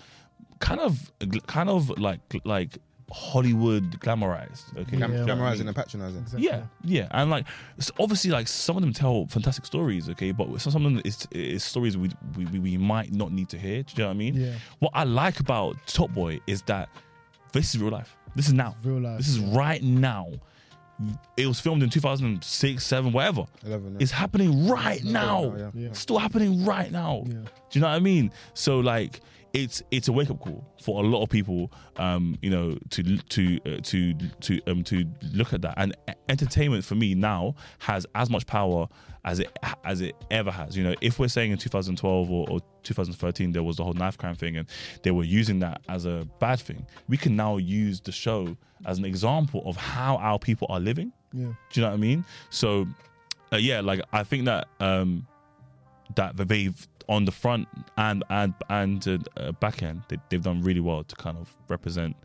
kind of, kind of like like Hollywood glamorized. Okay, Glam- You know what I mean? Glamorizing and patronizing. Exactly. Yeah, yeah, and like s- obviously, like some of them tell fantastic stories, okay, but some some of them is, is stories we, we we- we might not need to hear. Do you know what I mean? Yeah. What I like about Top Boy is that this is real life. This is now. Real life. This is right now. It was filmed in 2006, seven, whatever. 11, yeah. It's happening right now. now, yeah. Yeah. Still happening right now. Yeah. Do you know what I mean? So like, it's it's a wake up call for a lot of people. Um, you know, to to uh, to to um to look at that. And e- entertainment for me now has as much power as it as it ever has. You know, if we're saying in 2012 or, or 2013 there was the whole knife crime thing and they were using that as a bad thing, we can now use the show as an example of how our people are living. Yeah. Do you know what I mean? So, uh, yeah, like I think that um that they've on the front and and and uh, back end they, they've done really well to kind of represent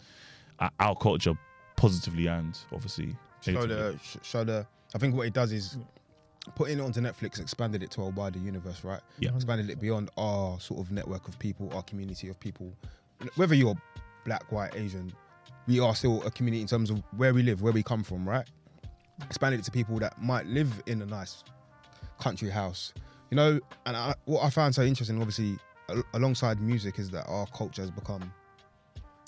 uh, our culture positively and obviously show negatively. the sh- show the. I think what it does is putting it onto Netflix, expanded it to a wider universe, right? Yeah. expanded it beyond our sort of network of people, our community of people. Whether you're black, white, Asian, we are still a community in terms of where we live, where we come from, right? Expanded it to people that might live in a nice country house, you know. And I, what I found so interesting, obviously, al- alongside music, is that our culture has become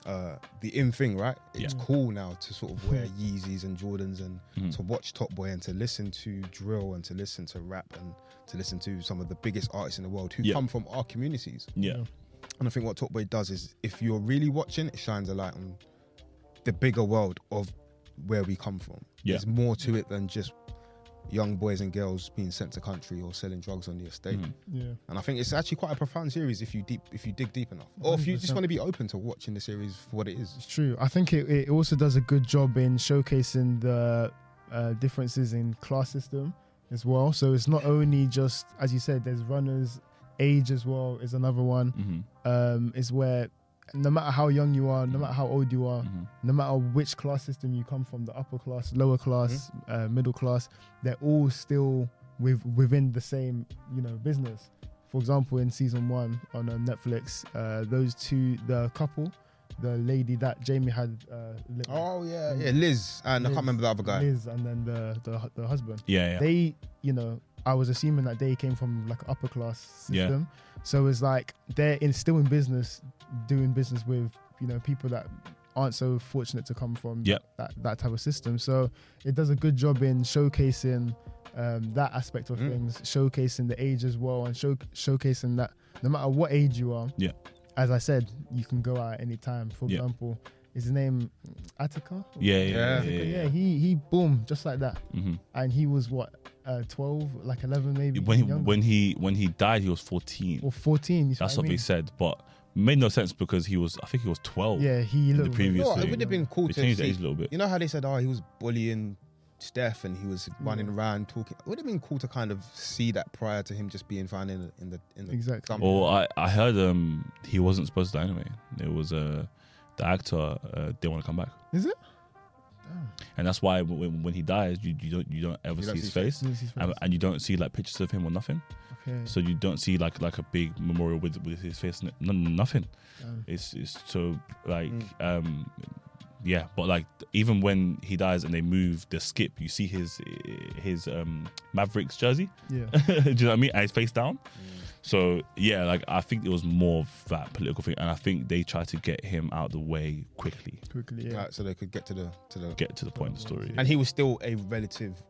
uh, the in thing, right? It's Yeah. cool now to sort of wear Yeezys and Jordans and Mhm. to watch Top Boy and to listen to drill and to listen to rap and to listen to some of the biggest artists in the world who Yeah. come from our communities. yeah And I think what Top Boy does is if you're really watching, it shines a light on the bigger world of where we come from. Yeah. There's more to it than just young boys and girls being sent to country or selling drugs on the estate. Mhm. Yeah. And I think it's actually quite a profound series if you deep if you dig deep enough. Or if you just 100%. want to be open to watching the series for what it is. It's true. I think it, it also does a good job in showcasing the uh, differences in class system as well. So it's not only just, as you said, there's runners, age as well is another one. Mhm. Um, is where no matter how young you are, no matter how old you are, Mhm. no matter which class system you come from, the upper class, lower class, uh, middle class, they're all still with within the same you know business. For example, in season one on uh, Netflix, uh, those two, the couple, the lady that Jamie had, uh, lived with, Oh yeah, yeah, Liz and I Liz. can't remember the other guy. Liz, and then the the, hu- the husband. yeah yeah They, you know, I was assuming that they came from like upper class Yeah. system, so it's like they're in still in business, doing business with you know people that aren't so fortunate to come from Yep. that that type of system. So it does a good job in showcasing um, that aspect of Mm. things, showcasing the age as well, and show, showcasing that no matter what age you are, Yeah. as I said, you can go out any time. For Yeah. example, is his name Attica? yeah yeah yeah, Yeah. yeah, Attica, yeah. yeah, he he boom just like that Mhm. and he was what uh 12 like 11 maybe when he, young- Oh, when he when he died he was 14 or 14 you see that's what what I they mean? said but made no sense because he was I think he was 12 yeah he the looked previous No, it Obviously. would have been cool they to changed the see- age a little bit You know how they said, oh, he was bullying Steph and he was running around talking. It would have been cool to kind of see that prior to him just being found in the in the in the Exactly. Oh, dump. Or I, I heard um he wasn't supposed to die anyway. It was uh the actor uh, didn't want to come back. is it Damn. and that's why when, when he dies, you, you don't you don't ever You see don't his see face, This is and, first. and you don't see like pictures of him or nothing. Okay. So you don't see like like a big memorial with with his face, n- n- nothing. Damn. It's it's so like Mm. um yeah, but like even when he dies and they move the skip, you see his his um Mavericks jersey. Yeah. Do you know what I mean? And his face down. Mm. So yeah, like I think it was more of that political thing, and I think they tried to get him out the way quickly, Quickly. Yeah. Like, so they could get to the to the. get to the point of the story, And he was still a relative,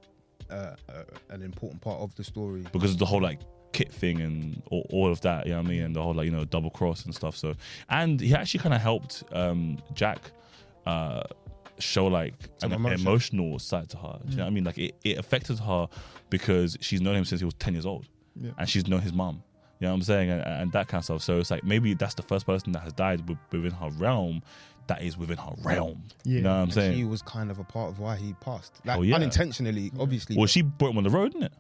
uh, uh, an important part of the story. because of the whole like kit thing and all, all of that. You know what I mean? And the whole like you know double cross and stuff. So and he actually kind of helped um Jack. uh show like Some an emotion. Mm. emotional side to her. Do you know what I mean? Like it, it affected her because she's known him since he was ten years old. Yeah. and she's known his mom. You know what I'm saying? And, and that kind of stuff. So it's like maybe that's the first person that has died wi- within her realm that is within her realm. Yeah. You know what I'm And she saying? was kind of a part of why he passed, like Oh, yeah. unintentionally, obviously. Well, she brought him on the road, didn't it?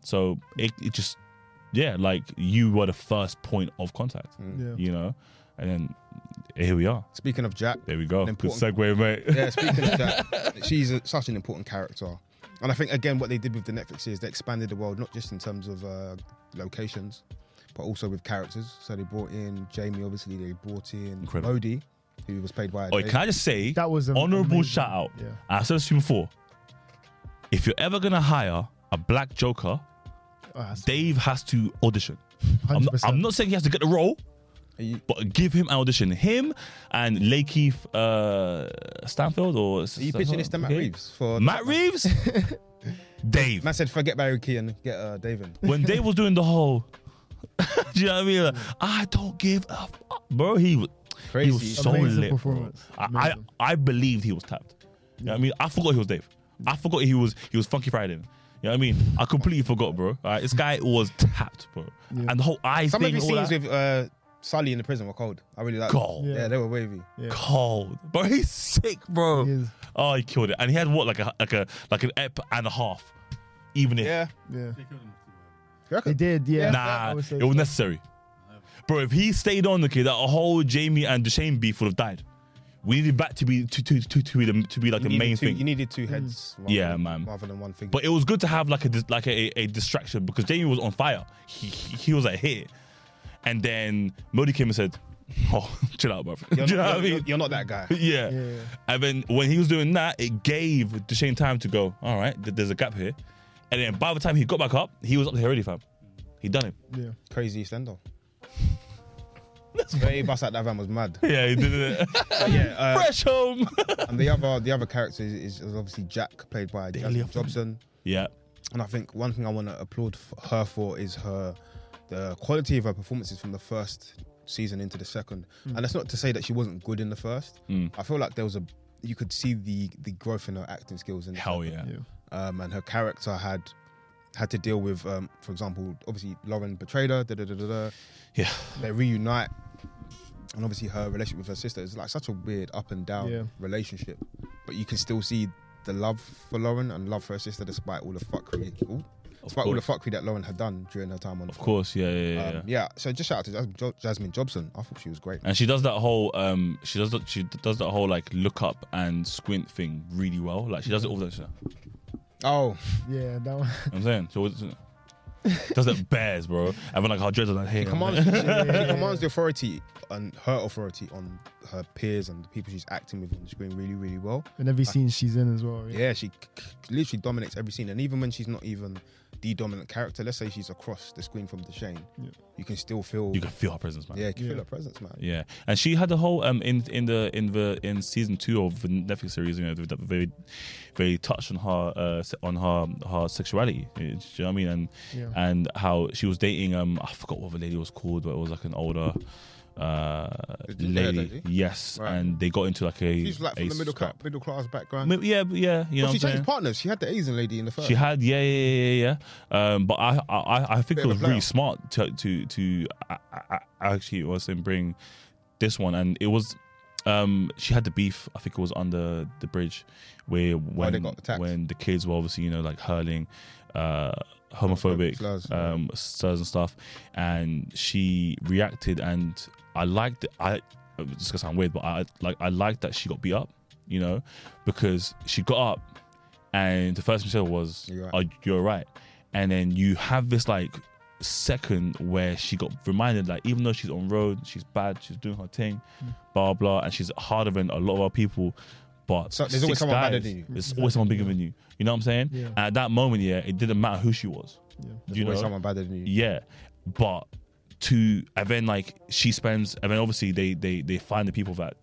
So it, it just, yeah, like you were the first point of contact, Mm. Yeah. you know? And then here we are. Speaking of Jack, There we go. An Good important- segue, mate. yeah, speaking of that, she's a, such an important character. And I think, again, what they did with the Netflix series, they expanded the world, not just in terms of uh, locations, but also with characters. So they brought in Jamie, obviously, they brought in Incredible. Modi, who was played by. Oi, Oh, can I just say, That was an honorable amazing- shout out. Yeah. I said this to you before. If you're ever going to hire a black Joker, Oh, that's Dave has to audition. I'm, 100%. I'm not saying he has to get the role, Are you- but give him an audition. Him and Lakeith uh, Stanfield or Are you pitching this to Matt Reeves? For Matt Reeves, Dave. Man said, forget Barry Key and get uh, David. When Dave was doing the whole, do you know what I mean? Like, I don't give a fuck, bro. He was Crazy. He was so Amazing lit, bro. performance. I, Amazing. I I believed he was tapped. You know what I mean? I forgot he was Dave. I forgot he was he was Funky Friday. You know what I mean? I completely forgot, bro. All right, this guy was tapped, bro. And the whole eye Some of thing, his all scenes that. with uh, Sully in the prison were cold. I really like Cold. Yeah. Yeah. they were wavy. cold, bro. He's sick, bro. He is. Oh, he killed it, and he had what like a like a like an ep and a half, even if Yeah. Yeah. You reckon? They did. Yeah. nah, I would say it was so. necessary, bro. If he stayed on, okay, that whole Jamie and Deshane beef would have died. We needed that to be to to to, to be the, to be like You the needed main two, thing. You needed two heads. rather Yeah, than- man. Rather than one thing. But it was good to have like a dis- like a, a distraction because Jamie was on fire. He he, he was a hit, and then Modi came and said, "Oh, chill out, bro." Do you're, not, you know what I you're- mean? you're- you're not that guy. yeah. Yeah. And then when he was doing that, it gave Deshane time to go. All right, th- there's a gap here. And then by the time he got back up, he was up there already, fam. He done it. Yeah. Crazy Eastender. Thirty bus at that van was mad. Yeah, he did it. yeah, uh, Fresh home. and the other the other character is, is obviously Jack, played by Jasmine Affleck. Jobson. yeah, And I think one thing I want to applaud f- her for is her the quality of her performances from the first season into the second. And that's not to say that she wasn't good in the first. I feel like there was a you could see the the growth in her acting skills in the hell yeah. Yeah. um, and her character had had to deal with, um, for example, obviously Lauren betrayed her. Da, da, da, da, da. Yeah. They reunite, and obviously her relationship with her sister is like such a weird up and down Yeah. relationship. But you can still see the love for Lauren and love for her sister, despite all the fuckery, ooh, despite all the course. fuckery that Lauren had done during her time on. Of course, yeah, yeah, yeah. Um, yeah. yeah. So just shout out to Jas- Jo- Jasmine Jobson. I thought she was great. And she does that whole um she does that she does that whole like look up and squint thing really well. Like she does it all the time. You know Oh, Yeah. That one. what I'm saying? She always does that bears, bro. And then like her dreads are like hey, she I'm commands, like- she, she commands the authority and her authority on her peers and the people she's acting with on the screen really, really well. In every scene she's in as well. Yeah. Yeah, she c- c- literally dominates every scene, and even when she's not even the dominant character, let's say she's across the screen from Deshane, Yeah. you can still feel, You can feel her presence, man. yeah, you can feel Yeah. her presence, man. Yeah, and she had the whole um in in the in the in season two of the Netflix series, you know, they they, they touched on her uh, se- on her her sexuality. You know what I mean? And Yeah. and how she was dating um I forgot what the lady was called, but it was like an older uh The ginger lady. haired lady? Yes, Right. and they got into like a She's like from a the middle class, scrap. middle class background. Mi- Yeah, yeah, you But know. what she I'm changed saying? partners. She had the Asian lady in the first. She had, yeah, yeah, yeah, yeah. yeah. Um, but I, I, I- I Bit think it of a was really player. smart to to to I, I, I actually was in bring this one, and it was. Um, she had the beef. I think it was under the bridge, where when they got attacked. when the kids were obviously you know like hurling, uh, Homophobic homophobic slurs. um slurs and stuff, and she reacted, and I liked. I it's gonna sound weird, but I like I liked that she got beat up you know, because she got up and the first thing she said was, You're right. "Are you all right?" And then you have this like second where she got reminded, like even though she's on road, she's bad, she's doing her thing, Hmm. blah blah, and she's harder than a lot of our people. But So there's always six someone better guys, than you. There's always someone bigger than you. You know what I'm saying? Yeah. And at that moment, yeah, it didn't matter who she was. There's you know, always someone better than you. yeah, but to and then like she spends and then obviously they they they find the people that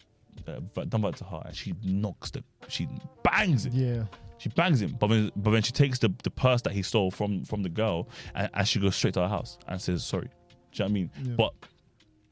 uh, that done that to her and she knocks the she bangs it Yeah. she bangs him but then but then she takes the the purse that he stole from from the girl and, and she goes straight to her house and says sorry do you know what I mean Yeah. but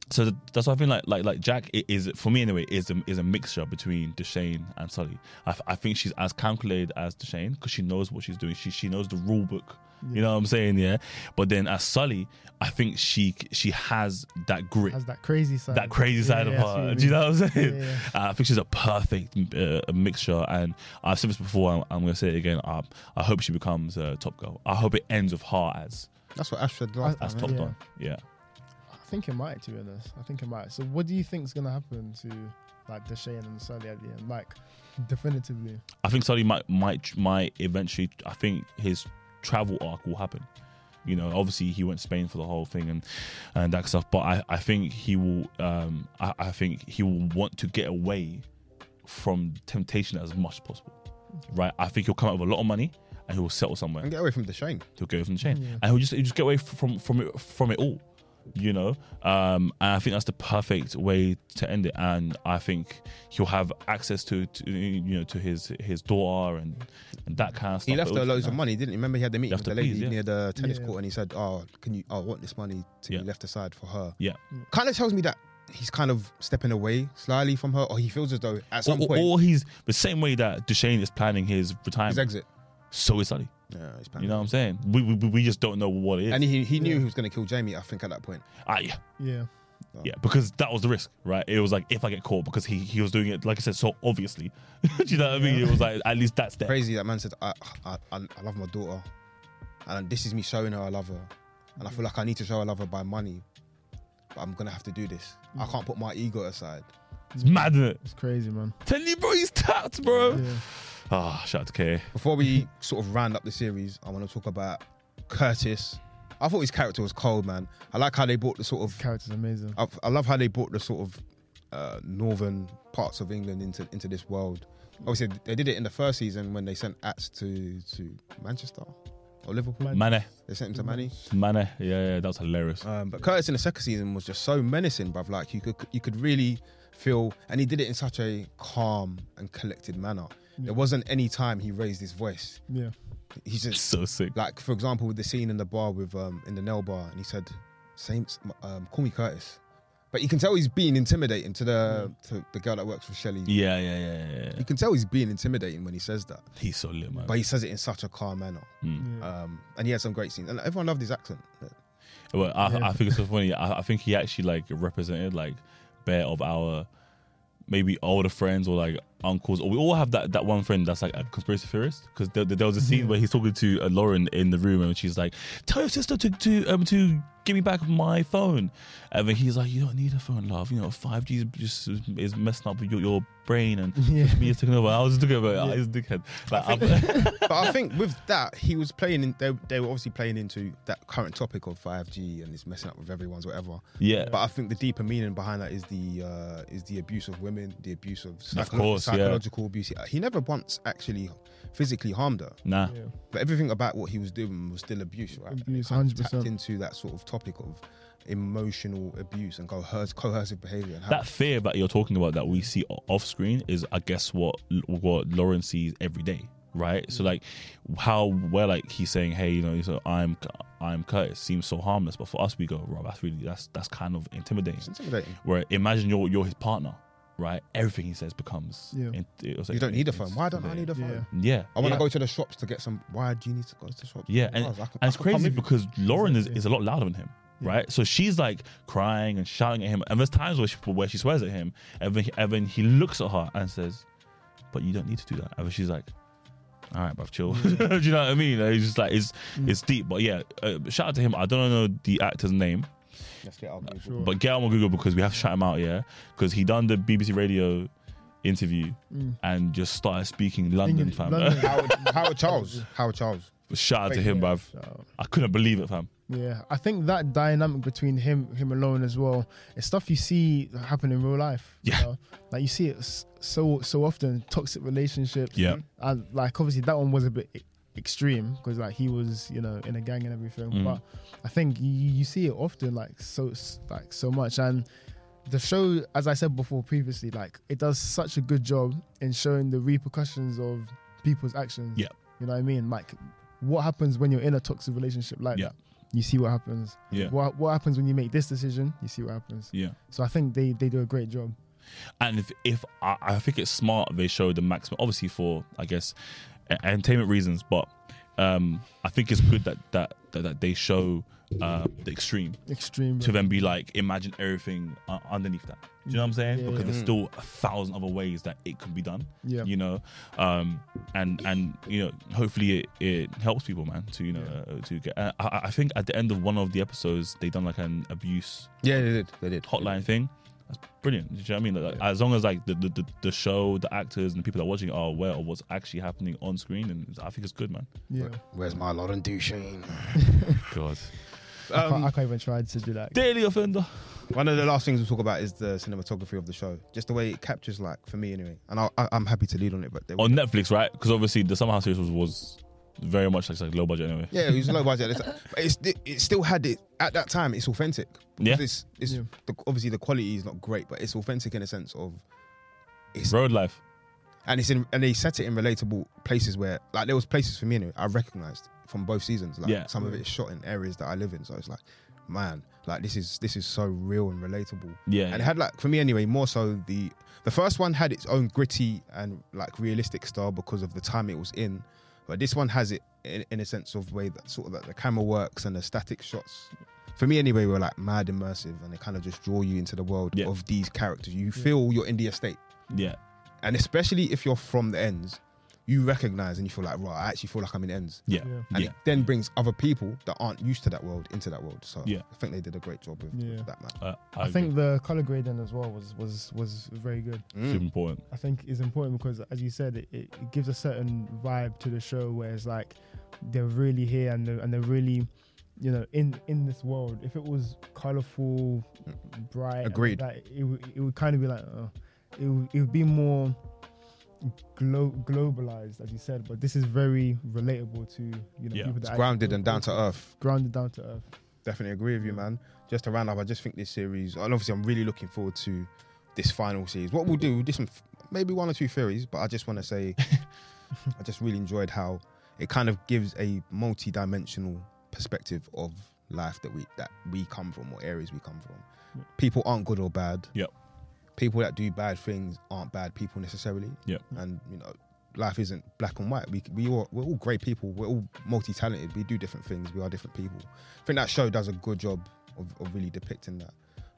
so th- that's why I think like like like Jack i- is for me anyway is a, is a mixture between Deshane and Sully. I, f- I think she's as calculated as Deshane because she knows what she's doing. She she knows the rule book. You know what I'm saying? Yeah. But then as Sully, I think she she has that grit Has that crazy side. that crazy side Yeah, of yeah, I see her. what Do you mean. know what I'm saying? Yeah, yeah. Uh, I think she's a perfect uh, mixture, and I've said this before. I'm, I'm going to say it again. I, I hope she becomes a top girl. I hope it ends with her as That's what Ash said last as time. top Yeah. dog. Yeah. I think it might, to be honest. I think it might. So, what do you think's gonna happen to like Deshane and Sully at the end? Like, definitively. I think Sully might might might eventually. I think his travel arc will happen. You know, obviously he went to Spain for the whole thing and and that stuff. But I, I think he will. Um, I, I think he will want to get away from temptation as much as possible. Right. I think he'll come out with a lot of money and he will settle somewhere. And get away from the shame. he'll go from the chain, Yeah. and he'll just he'll just get away from from it from it all, you know. Um, and I think that's the perfect way to end it. And I think he'll have access to, to you know to his his daughter and and that kind of stuff. He left her But loads of money, didn't he? Remember he had the meeting Left with the her lady peas, yeah. near the tennis Yeah. court and he said, Oh, can you oh, I want this money to Yeah. be left aside for her. Yeah. Kinda tells me that he's kind of stepping away slyly from her, or he feels as though at Or, some or, point or he's the same way that Duchesne is planning his his retirement. exit. so is Sully. Yeah, he's You know what I'm saying? We we, we just don't know what it is. And he he knew Yeah. he was gonna kill Jamie, I think, at that point. Ah, yeah. Yeah. Yeah, because that was the risk, right? It was like if I get caught, because he, he was doing it, like I said, so obviously. Do you know what I mean? It was like at least that's there. Crazy that man said, I, I I I love my daughter. And this is me showing her I love her. And I feel like I need to show I love her by money. But I'm gonna have to do this. I Mm. can't put my ego aside. It's mad, is it? It's crazy, man. Tell you, bro, he's tapped, bro. Yeah. Ah, shout out to K. Before we sort of round up the series, I want to talk about Curtis. I thought his character was cold, man. I like how they brought the sort of. Character's amazing. I, I love how they brought the sort of uh, northern parts of England into into this world. Obviously, they did it in the first season when they sent Ats to to Manchester or Liverpool. Man- Mane, They sent him to Manny. Mane, yeah, yeah, that was hilarious. Um, but Curtis in the second season was just so menacing, bruv. Like you could you could really feel, and he did it in such a calm and collected manner. There wasn't any time he raised his voice. Yeah. He's just So sick. like for example with the scene in the bar with um in the nail bar and he said same um call me curtis but you can tell he's being intimidating to the to the girl that works for shelly Yeah, yeah, yeah, yeah, yeah. you can tell he's being intimidating when he says that He's so lit, man. Mm. but he says it in such a calm manner Yeah. um and he had some great scenes and everyone loved his accent Well, I, Yeah. I think it's so funny. I, I think he actually like represented like bare of our maybe older friends or like uncles, or we all have that that one friend that's like a conspiracy theorist. Because there, there was a scene where he's talking to uh, Lauren in the room, and she's like, "Tell your sister to to um to." Give me back my phone, and then he's like, "You don't need a phone, love. You know, five G is just is messing up your, your brain, and Yeah. social media's taking over." I was just looking at, like, "He's a dickhead." Like, I'm- but i think with that he was playing in they, they were obviously playing into that current topic of 5g and it's messing up with everyone's whatever yeah, But I think the deeper meaning behind that is the uh, is the abuse of women, the abuse of, psycho- course, yeah. psychological abuse. He never once actually physically harmed her, nah. Yeah. but everything about what he was doing was still abuse, right? And it Abuse, kind of 100%. Tapped into that sort of topic of emotional abuse and coerc- coercive behavior. And how, that fear that you're talking about that we see o- off screen is i guess what what lauren sees every day right so like how where like he's saying hey you know so i'm i'm curtis seems so harmless but for us we go rob that's really that's that's kind of intimidating it's intimidating. where imagine you're you're his partner right everything he says becomes Yeah. in- it's like- You don't need a phone. it's Why don't I need intimidating. a phone? Yeah. yeah I want to yeah. go to the shops to get some. Why do you need to go to the shops? Yeah, Guys, and, Oh, I can- I and it's can come crazy with you. because Lauren is, Yeah. is a lot louder than him, Yeah. right? So she's like crying and shouting at him, and there's times where she, where she swears at him, and then, and then he looks at her and says, "But you don't need to do that." And then she's like, "All right, bruv, chill." do you know what I mean? Like, It's just like it's it's deep, but yeah. Uh, shout out to him. I don't know the actor's name, Let's get out. Sure. but get him on Google because we have to shout him out, yeah, because he done the BBC Radio interview and just started speaking London, England, fam. London. Howard, Howard Charles. Howard Charles. Shout out to him, bruv. So, I couldn't believe it, fam. yeah, I think that dynamic between him him alone as well is stuff you see happen in real life. you Yeah. know? like you see it s- so so often toxic relationships. Yeah. and like obviously that one was a bit e- extreme because like he was you know in a gang and everything Mm. but i think you, you see it often like so like so much and the show as i said before previously like it does such a good job in showing the repercussions of people's actions Yeah. you know what i mean like what happens when you're in a toxic relationship like Yeah. that you see what happens Yeah. what, what happens when you make this decision you see what happens Yeah. so i think they they do a great job And if, if I, I think it's smart they show the maximum, obviously for I guess e- entertainment reasons, but um, I think it's good that that that, that they show uh, the extreme extreme to then be like imagine everything uh, underneath that. Do you know what I'm saying? Yeah, because yeah. there's still a thousand other ways that it can be done. Yeah. You know, um, and and you know, hopefully it, it helps people, man, to you know uh, to get. Uh, I, I think at the end of one of the episodes, they done like an abuse Yeah, they did. They did. hotline thing. That's brilliant. Do you know what I mean? Like, As long as like the, the, the, the show, the actors, and the people that are watching are aware of what's actually happening on screen, and it's- I think it's good, man. yeah Where's my Lauren Duchesne? God. I, Um, can't, I can't even try to do that Daily offender. One of the last things we'll talk about is the cinematography of the show. Just the way it captures, like, for me anyway. And I, I, I'm happy to lead on it, but they on Netflix, right? Because obviously the Summer House series was, was very much like, like low budget anyway. Yeah, it was low budget. It's, but it's, it, still had it at that time. It's authentic. Yeah. It's, it's Yeah. the, obviously the quality is not great, but it's authentic in a sense of, Road life. and it's in and they set it in relatable places where like there was places for me anyway I recognised from both seasons. Like Yeah. some of it is shot in areas that I live in, so it's like, man, like this is this is so real and relatable. Yeah. And it had like for me anyway, more so the the first one had its own gritty and like realistic style because of the time it was in, but this one has it in, in a sense of way that sort of like the camera works and the static shots. For me anyway, were like mad immersive and they kind of just draw you into the world Yeah. of these characters. You feel you're in the estate, yeah. and especially if you're from the ends, you recognize and you feel like right, I actually feel like I'm in ends. Yeah. Yeah. Yeah. And it then brings other people that aren't used to that world into that world. So Yeah. I think they did a great job with, with Yeah. that man. Uh, I, I think think the color grading as well was was was very good. it's Mm. important. I think is important because, as you said, it, it gives a certain vibe to the show where it's like they're really here and they're, and they're really, you know, in in this world. If it was colorful, bright, and Agreed. like that, it would it would kind of be like, oh, it would, it would be more glo- globalized, as you said. But this is very relatable to you know Yeah. people It's that grounded actually- and down to earth. grounded down to earth. Definitely agree with you, man. Just to round up, I just think this series, and obviously, I'm really looking forward to this final series. What we'll do, we'll do some maybe one or two theories, but I just want to say, I just really enjoyed how it kind of gives a multi-dimensional perspective of life that we that we come from or areas we come from. People aren't good or bad. Yep. People that do bad things aren't bad people necessarily. Yep. And you know, life isn't black and white. We we all, we're all great people. We're all multi-talented. We do different things. We are different people. I think that show does a good job of, of really depicting that.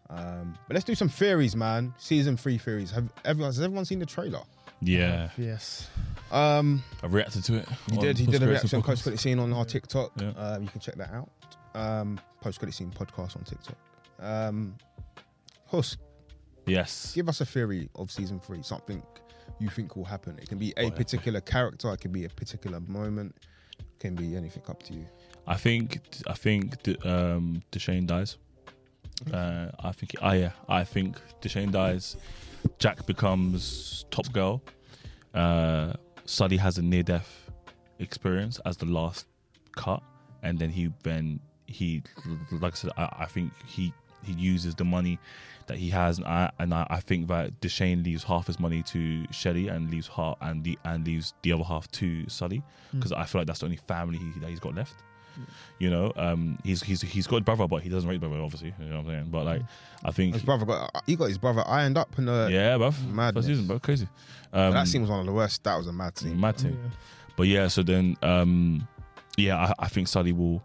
Um, but let's do some theories, man. Season three theories. Have everyone has everyone seen the trailer? Yeah. Yes. Um, I reacted to it. he on did. He did a Postgres reaction podcast. post credit scene on our TikTok. Yeah. Uh, you can check that out. Um, post credit scene podcast on TikTok. Um, Husk, Yes. give us a theory of season three. Something you think will happen. It can be Oh, a yeah. particular character. It can be a particular moment. It can be anything up to you. I think I think the, um Deshane dies. Uh, I think I yeah, I think Deshane dies. Jack becomes top girl. Uh, Sully has a near death experience as the last cut, and then he then he like I said I, I think he he uses the money that he has, and I and I, I think that Deshane leaves half his money to Shelly and leaves half and the and leaves the other half to Sully because I feel like that's the only family he, that he's got left. You know, um, he's he's he's got a brother, but he doesn't rate brother, obviously. You know what I'm saying? But like, I think, His brother got uh, he got his brother ironed up in the. yeah, bruv. madness. first season, bro, crazy. Um, that scene was one of the worst. That was a mad scene. mad thing. But yeah, so then, um, yeah, I, I think Sally will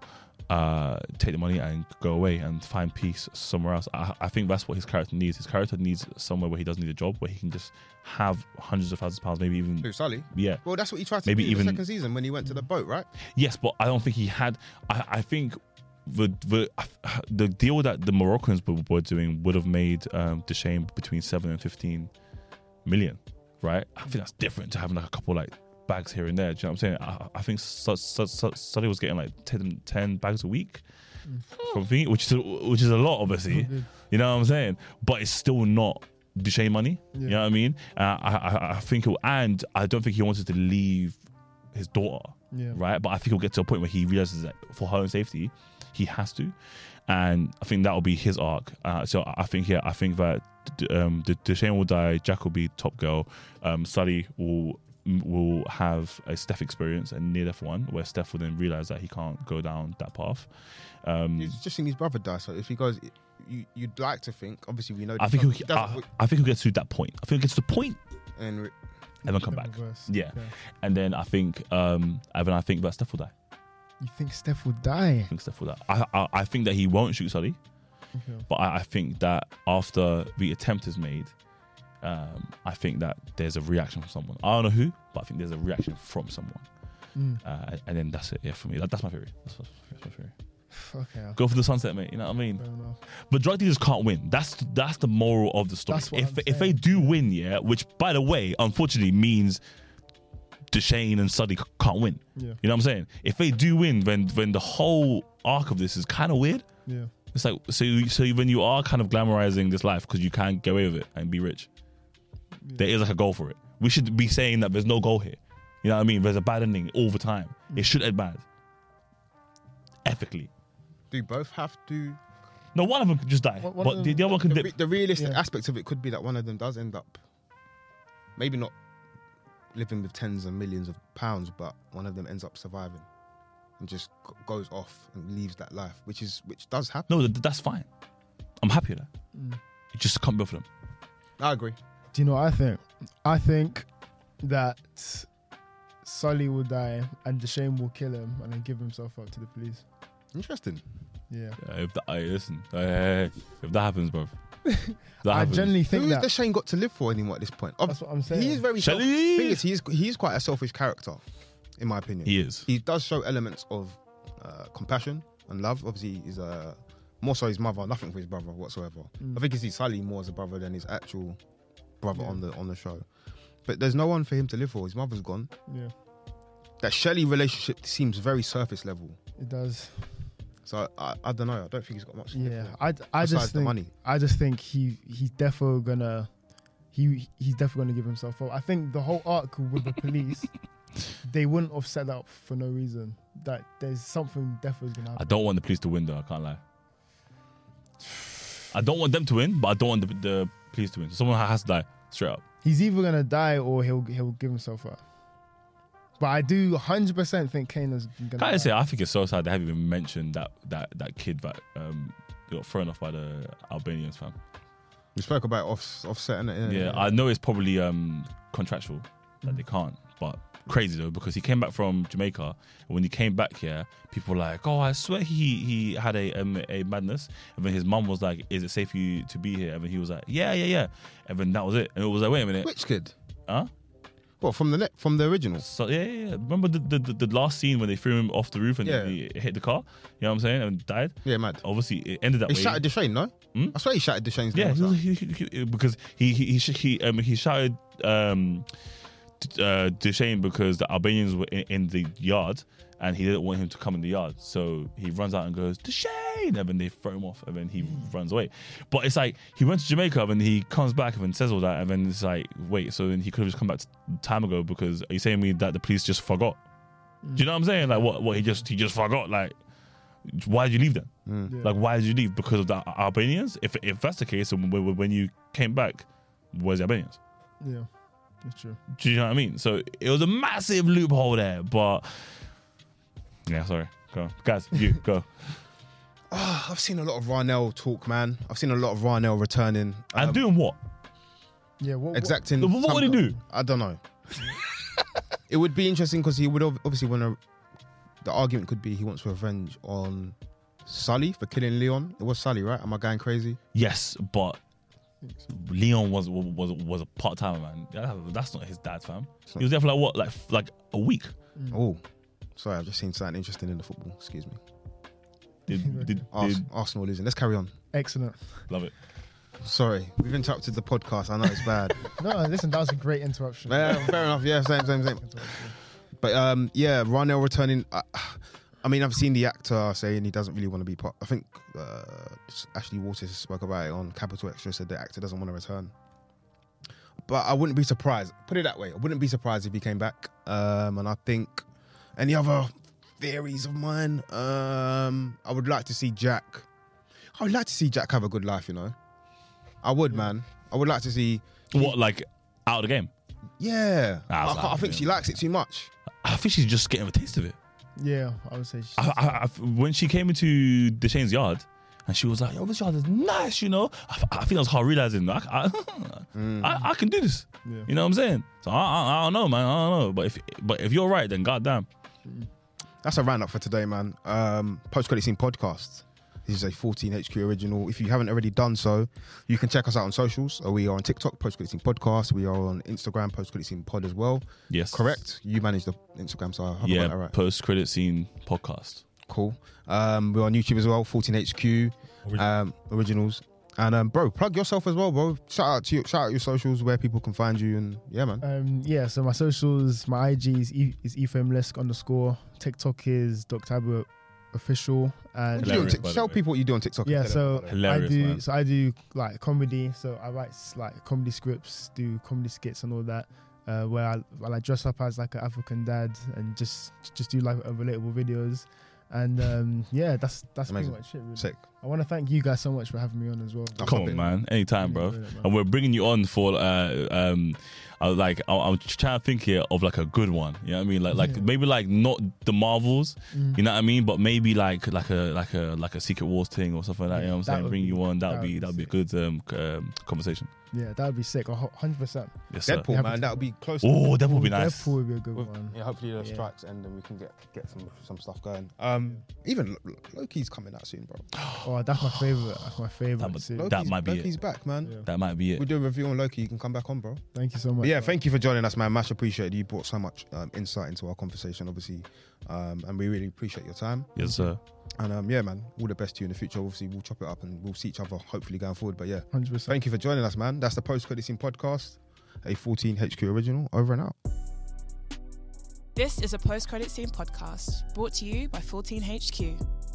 uh, take the money and go away and find peace somewhere else. I, I think that's what his character needs. His character needs somewhere where he doesn't need a job, where he can just have hundreds of thousands of pounds, maybe even Who, Sully? yeah. Well, that's what he tried to Mm. Maybe do in even- the second season when he went to the boat, right? Yes, but I don't think he had. I, I think the the the deal that the Moroccans were, were doing would have made um, Deshane between seven and fifteen million. right? I think that's different to having like a couple like bags here and there. Do you know what I'm saying? I, I think Su- Su- Su- Sully was getting like 10, 10 bags a week from thing, which is which is a lot, obviously. You know what I'm saying? But it's still not Duchesne money. You Yeah. know what I mean? Uh, I, I I think he'll, and I don't think he wanted to leave his daughter Yeah. right? But I think he'll get to a point where he realizes that for her own safety, he has to, and I think that will be his arc. Uh, so I I think yeah, I think that d- um, D- Duchesne will die, Jack will be top girl, um, Sully will will have a Steph experience and near death one where Steph will then realize that he can't go down that path. Um, He's just seen his brother die, so if he goes, you, you'd like to think. Obviously, we know. I this think uh, doesn't- he'll, doesn't I, work, I think he'll get to that point. I think he'll get to the point and re- and then come back. Reverse. Yeah. And then I think um, and then I think that Steph will die. You think Steph will die? I think Steph will die. I, I I think that he won't shoot Sully. Okay. But I, I think that after the attempt is made, um, I think that there's a reaction from someone. I don't know who, but I think there's a reaction from someone. Mm. Uh, and then that's it, yeah, for me. That, that's my theory. That's, that's, that's my theory. Okay. Go for the sunset, mate. You know what I mean? Fair enough. But drug dealers can't win. That's that's the moral of the story. That's what If I'm if they saying. do win, yeah, which by the way, unfortunately means Deshane and Suddy c- can't win. Yeah. You know what I'm saying? If they do win, then then the whole arc of this is kind of weird. Yeah. It's like so. you- So when you are kind of glamorizing this life because you can't get away with it and be rich, there is like a goal for it. We should be saying that there's no goal here. You know what I mean? There's a bad ending all the time. It should end bad. Ethically, do both have to? no one of them could just die, One- one but of the, them- the other one can The, re- dip. the realistic Yeah. aspect of it could be that one of them does end up, maybe not living with tens and millions of pounds, but one of them ends up surviving and just g- goes off and leaves that life, which is which does happen. No, th- that's fine. I'm happy with that. Mm. It just can't be both of them. I agree. Do you know what I think? I think that Sully will die and Deshane will kill him and then give himself up to the police. Interesting. Yeah. Uh, if that, I listen, uh, if that happens, bro, that I happens. generally Who think is that. the Shane got to live for anymore at this point? Ob- that's what I'm saying. he is very. Shall self- he? thing is, he is he is quite a selfish character, in my opinion. he is. he does show elements of uh, compassion and love. Obviously, he's uh, more so his mother, nothing for his brother whatsoever. Mm. I think he sees Sully more as a brother than his actual brother Yeah. on the on the show. But there's no one for him to live for. His mother's gone. yeah. That Shelley relationship seems very surface level. It does. So I, I don't know. I don't think he's got much. to live Yeah. for. I, I Besides just the think money. I just think he he's defo gonna he he's defo gonna give himself up. I think the whole arc with the police, they wouldn't have set up for no reason. That there's something defo is gonna I happen. don't want the police to win, though. I can't lie. I don't want them to win, but I don't want the, the police to win. Someone has to die, straight up. He's either gonna die or he'll he'll give himself up. But I do hundred percent think Kane is gonna. Can I die. just say, I think it's so sad they haven't even mentioned that that that kid that um got thrown off by the Albanians, fam. We spoke about off offset and Yeah, I know it's probably um contractual that they can't, but crazy though because he came back from Jamaica. And when he came back here, people were like, "Oh, I swear he he had a um, a madness." And then his mum was like, "Is it safe for you to be here?" And then he was like, "Yeah, yeah, yeah." And then that was it. And it was like, "Wait a minute, Which kid? huh?" Well, from the net, from the original. So yeah, yeah, yeah. Remember the, the the- the last scene when they threw him off the roof and Yeah. he hit the car? You know what I'm saying? And died. Yeah, mad. Obviously, it ended that He way. shattered the Shane, no? Oh, Hmm? I swear he shattered the Shane's yeah, name. he was- he- he- he- because he he he sh- he, um, he shouted um, t- uh, Duchesne because the Albanians were in, in the yard and he didn't want him to come in the yard, so he runs out and goes Duchesne, and then they throw him off, and then he runs away. But it's like he went to Jamaica and he comes back and then says all that, and then it's like wait, so then he could have just come back t- time ago because are you saying me that the police just forgot? Do you know what I'm saying? Like what? What he just he just forgot? Like why did you leave them? Yeah. Like, why did you leave? Because of the Al- Albanians? If if that's the case, then when, when you came back, where's the Albanians? yeah, that's true. Do you know what I mean? So it was a massive loophole there, but yeah, sorry. Go, guys, you go. Ah, I've seen a lot of Ranel talk, man. I've seen a lot of Ranel returning. And Um, doing what? Yeah, what, what- exacting. What, what would he some- do? I don't know. it would be interesting because he would ob- obviously want to. The argument could be he wants revenge on Sully for killing Leon. It was Sully, right? Am I going crazy? Yes, but Leon was was was a part timer man. That- That's not his dad, fam. He was there for like what, like like a week. Oh, sorry, I've just seen something interesting in the football. Excuse me. Did, did, Ars- did- Arsenal losing. Let's carry on. excellent. love it. Sorry, we've interrupted the podcast. I know it's bad. No, listen, that was a great interruption. Yeah, fair enough. Yeah, same, same, same. But um, yeah, Ronell returning. I, I mean, I've seen the actor saying he doesn't really want to be part. I think uh, Ashley Waters spoke about it on Capital Extra. Said the actor doesn't want to return. But I wouldn't be surprised. Put it that way, I wouldn't be surprised if he came back. Um, and I think any other theories of mine. Um, I would like to see Jack. I would like to see Jack have a good life. You know, I would, man. I would like to see. What like out of the game? Yeah, Nah, I, it's can't- like- I think she likes it too much. I think she's just getting a taste of it. Yeah, I would say. She, I, I, I, when she came into the Shane's yard and she was like, "Yo, this yard is nice," you know. I, I think I was hard realizing I, I, I, I can do this. Mm. Yeah. You know what I'm saying? So I, I, I don't know, man. I don't know. But if but if you're right, then goddamn. That's a roundup for today, man. Um, Post credit scene podcast. This is a 14 HQ original. If you haven't already done so, you can check us out on socials. Uh, We are on TikTok, Post Credit Scene Podcast. We are on Instagram, Post Credit Scene Pod as well. Yes, Correct? You manage the Instagram, so I haven't Yeah, got that right. post credit scene podcast. cool. Um, we're on YouTube as well, 14HQ um, Originals. And um, bro, plug yourself as well, bro. Shout out to you, shout out your socials where people can find you. And yeah, man. um, yeah, so my socials, my IG is, e- is Ephraim Lesk underscore. TikTok is Dr. Abu official. What And do you do on hilarious, Tik- by the Tell way. people what you do on TikTok. and yeah, tell so them. Hilarious, I do man. so I do like comedy. So I write like comedy scripts, do comedy skits and all that. Uh, where I, I like dress up as like an African dad and just just do like relatable videos. And um, yeah, that's that's Amazing. pretty much it. Really. sick. I want to thank you guys so much for having me on as well. Oh, Come Stop on, it. man. Anytime, bro. Really enjoyed it, man. And we're bringing you on for uh, um, I was like I, I'm trying to think here of like a good one. You know what I mean? Like like Yeah. maybe like not the Marvels. Mm. You know what I mean? But maybe like like a like a like a Secret Wars thing or something like that. You know what That I'm saying? would Bring be- you on. That would that be would that would be be a good um, c- um, conversation. Yeah, that would be sick. hundred percent. Yes, sir. Deadpool, man. That'll be close. Oh, that would be nice. Deadpool would be a good With- one. yeah, hopefully the Yeah. strikes end and we can get get some some stuff going. Um, even Lo- Lo- Loki's coming out soon, bro. Oh, that's my favorite. That's my favorite. That would- series. Loki's, might be it. Loki's back, man. Yeah. That might be We're it. doing a review on Loki. You can come back on, bro. Thank you so much. But yeah, man. thank you for joining us, man. Much appreciated. You brought so much um, insight into our conversation, obviously, um, and we really appreciate your time. Yes, sir. And um, yeah, man, all the best to you in the future. Obviously, we'll chop it up and we'll see each other hopefully going forward. But yeah, Hundred percent. thank you for joining us, man. That's the post credit scene podcast, a 14 HQ original. Over and out. This is a post credit scene podcast brought to you by 14HQ.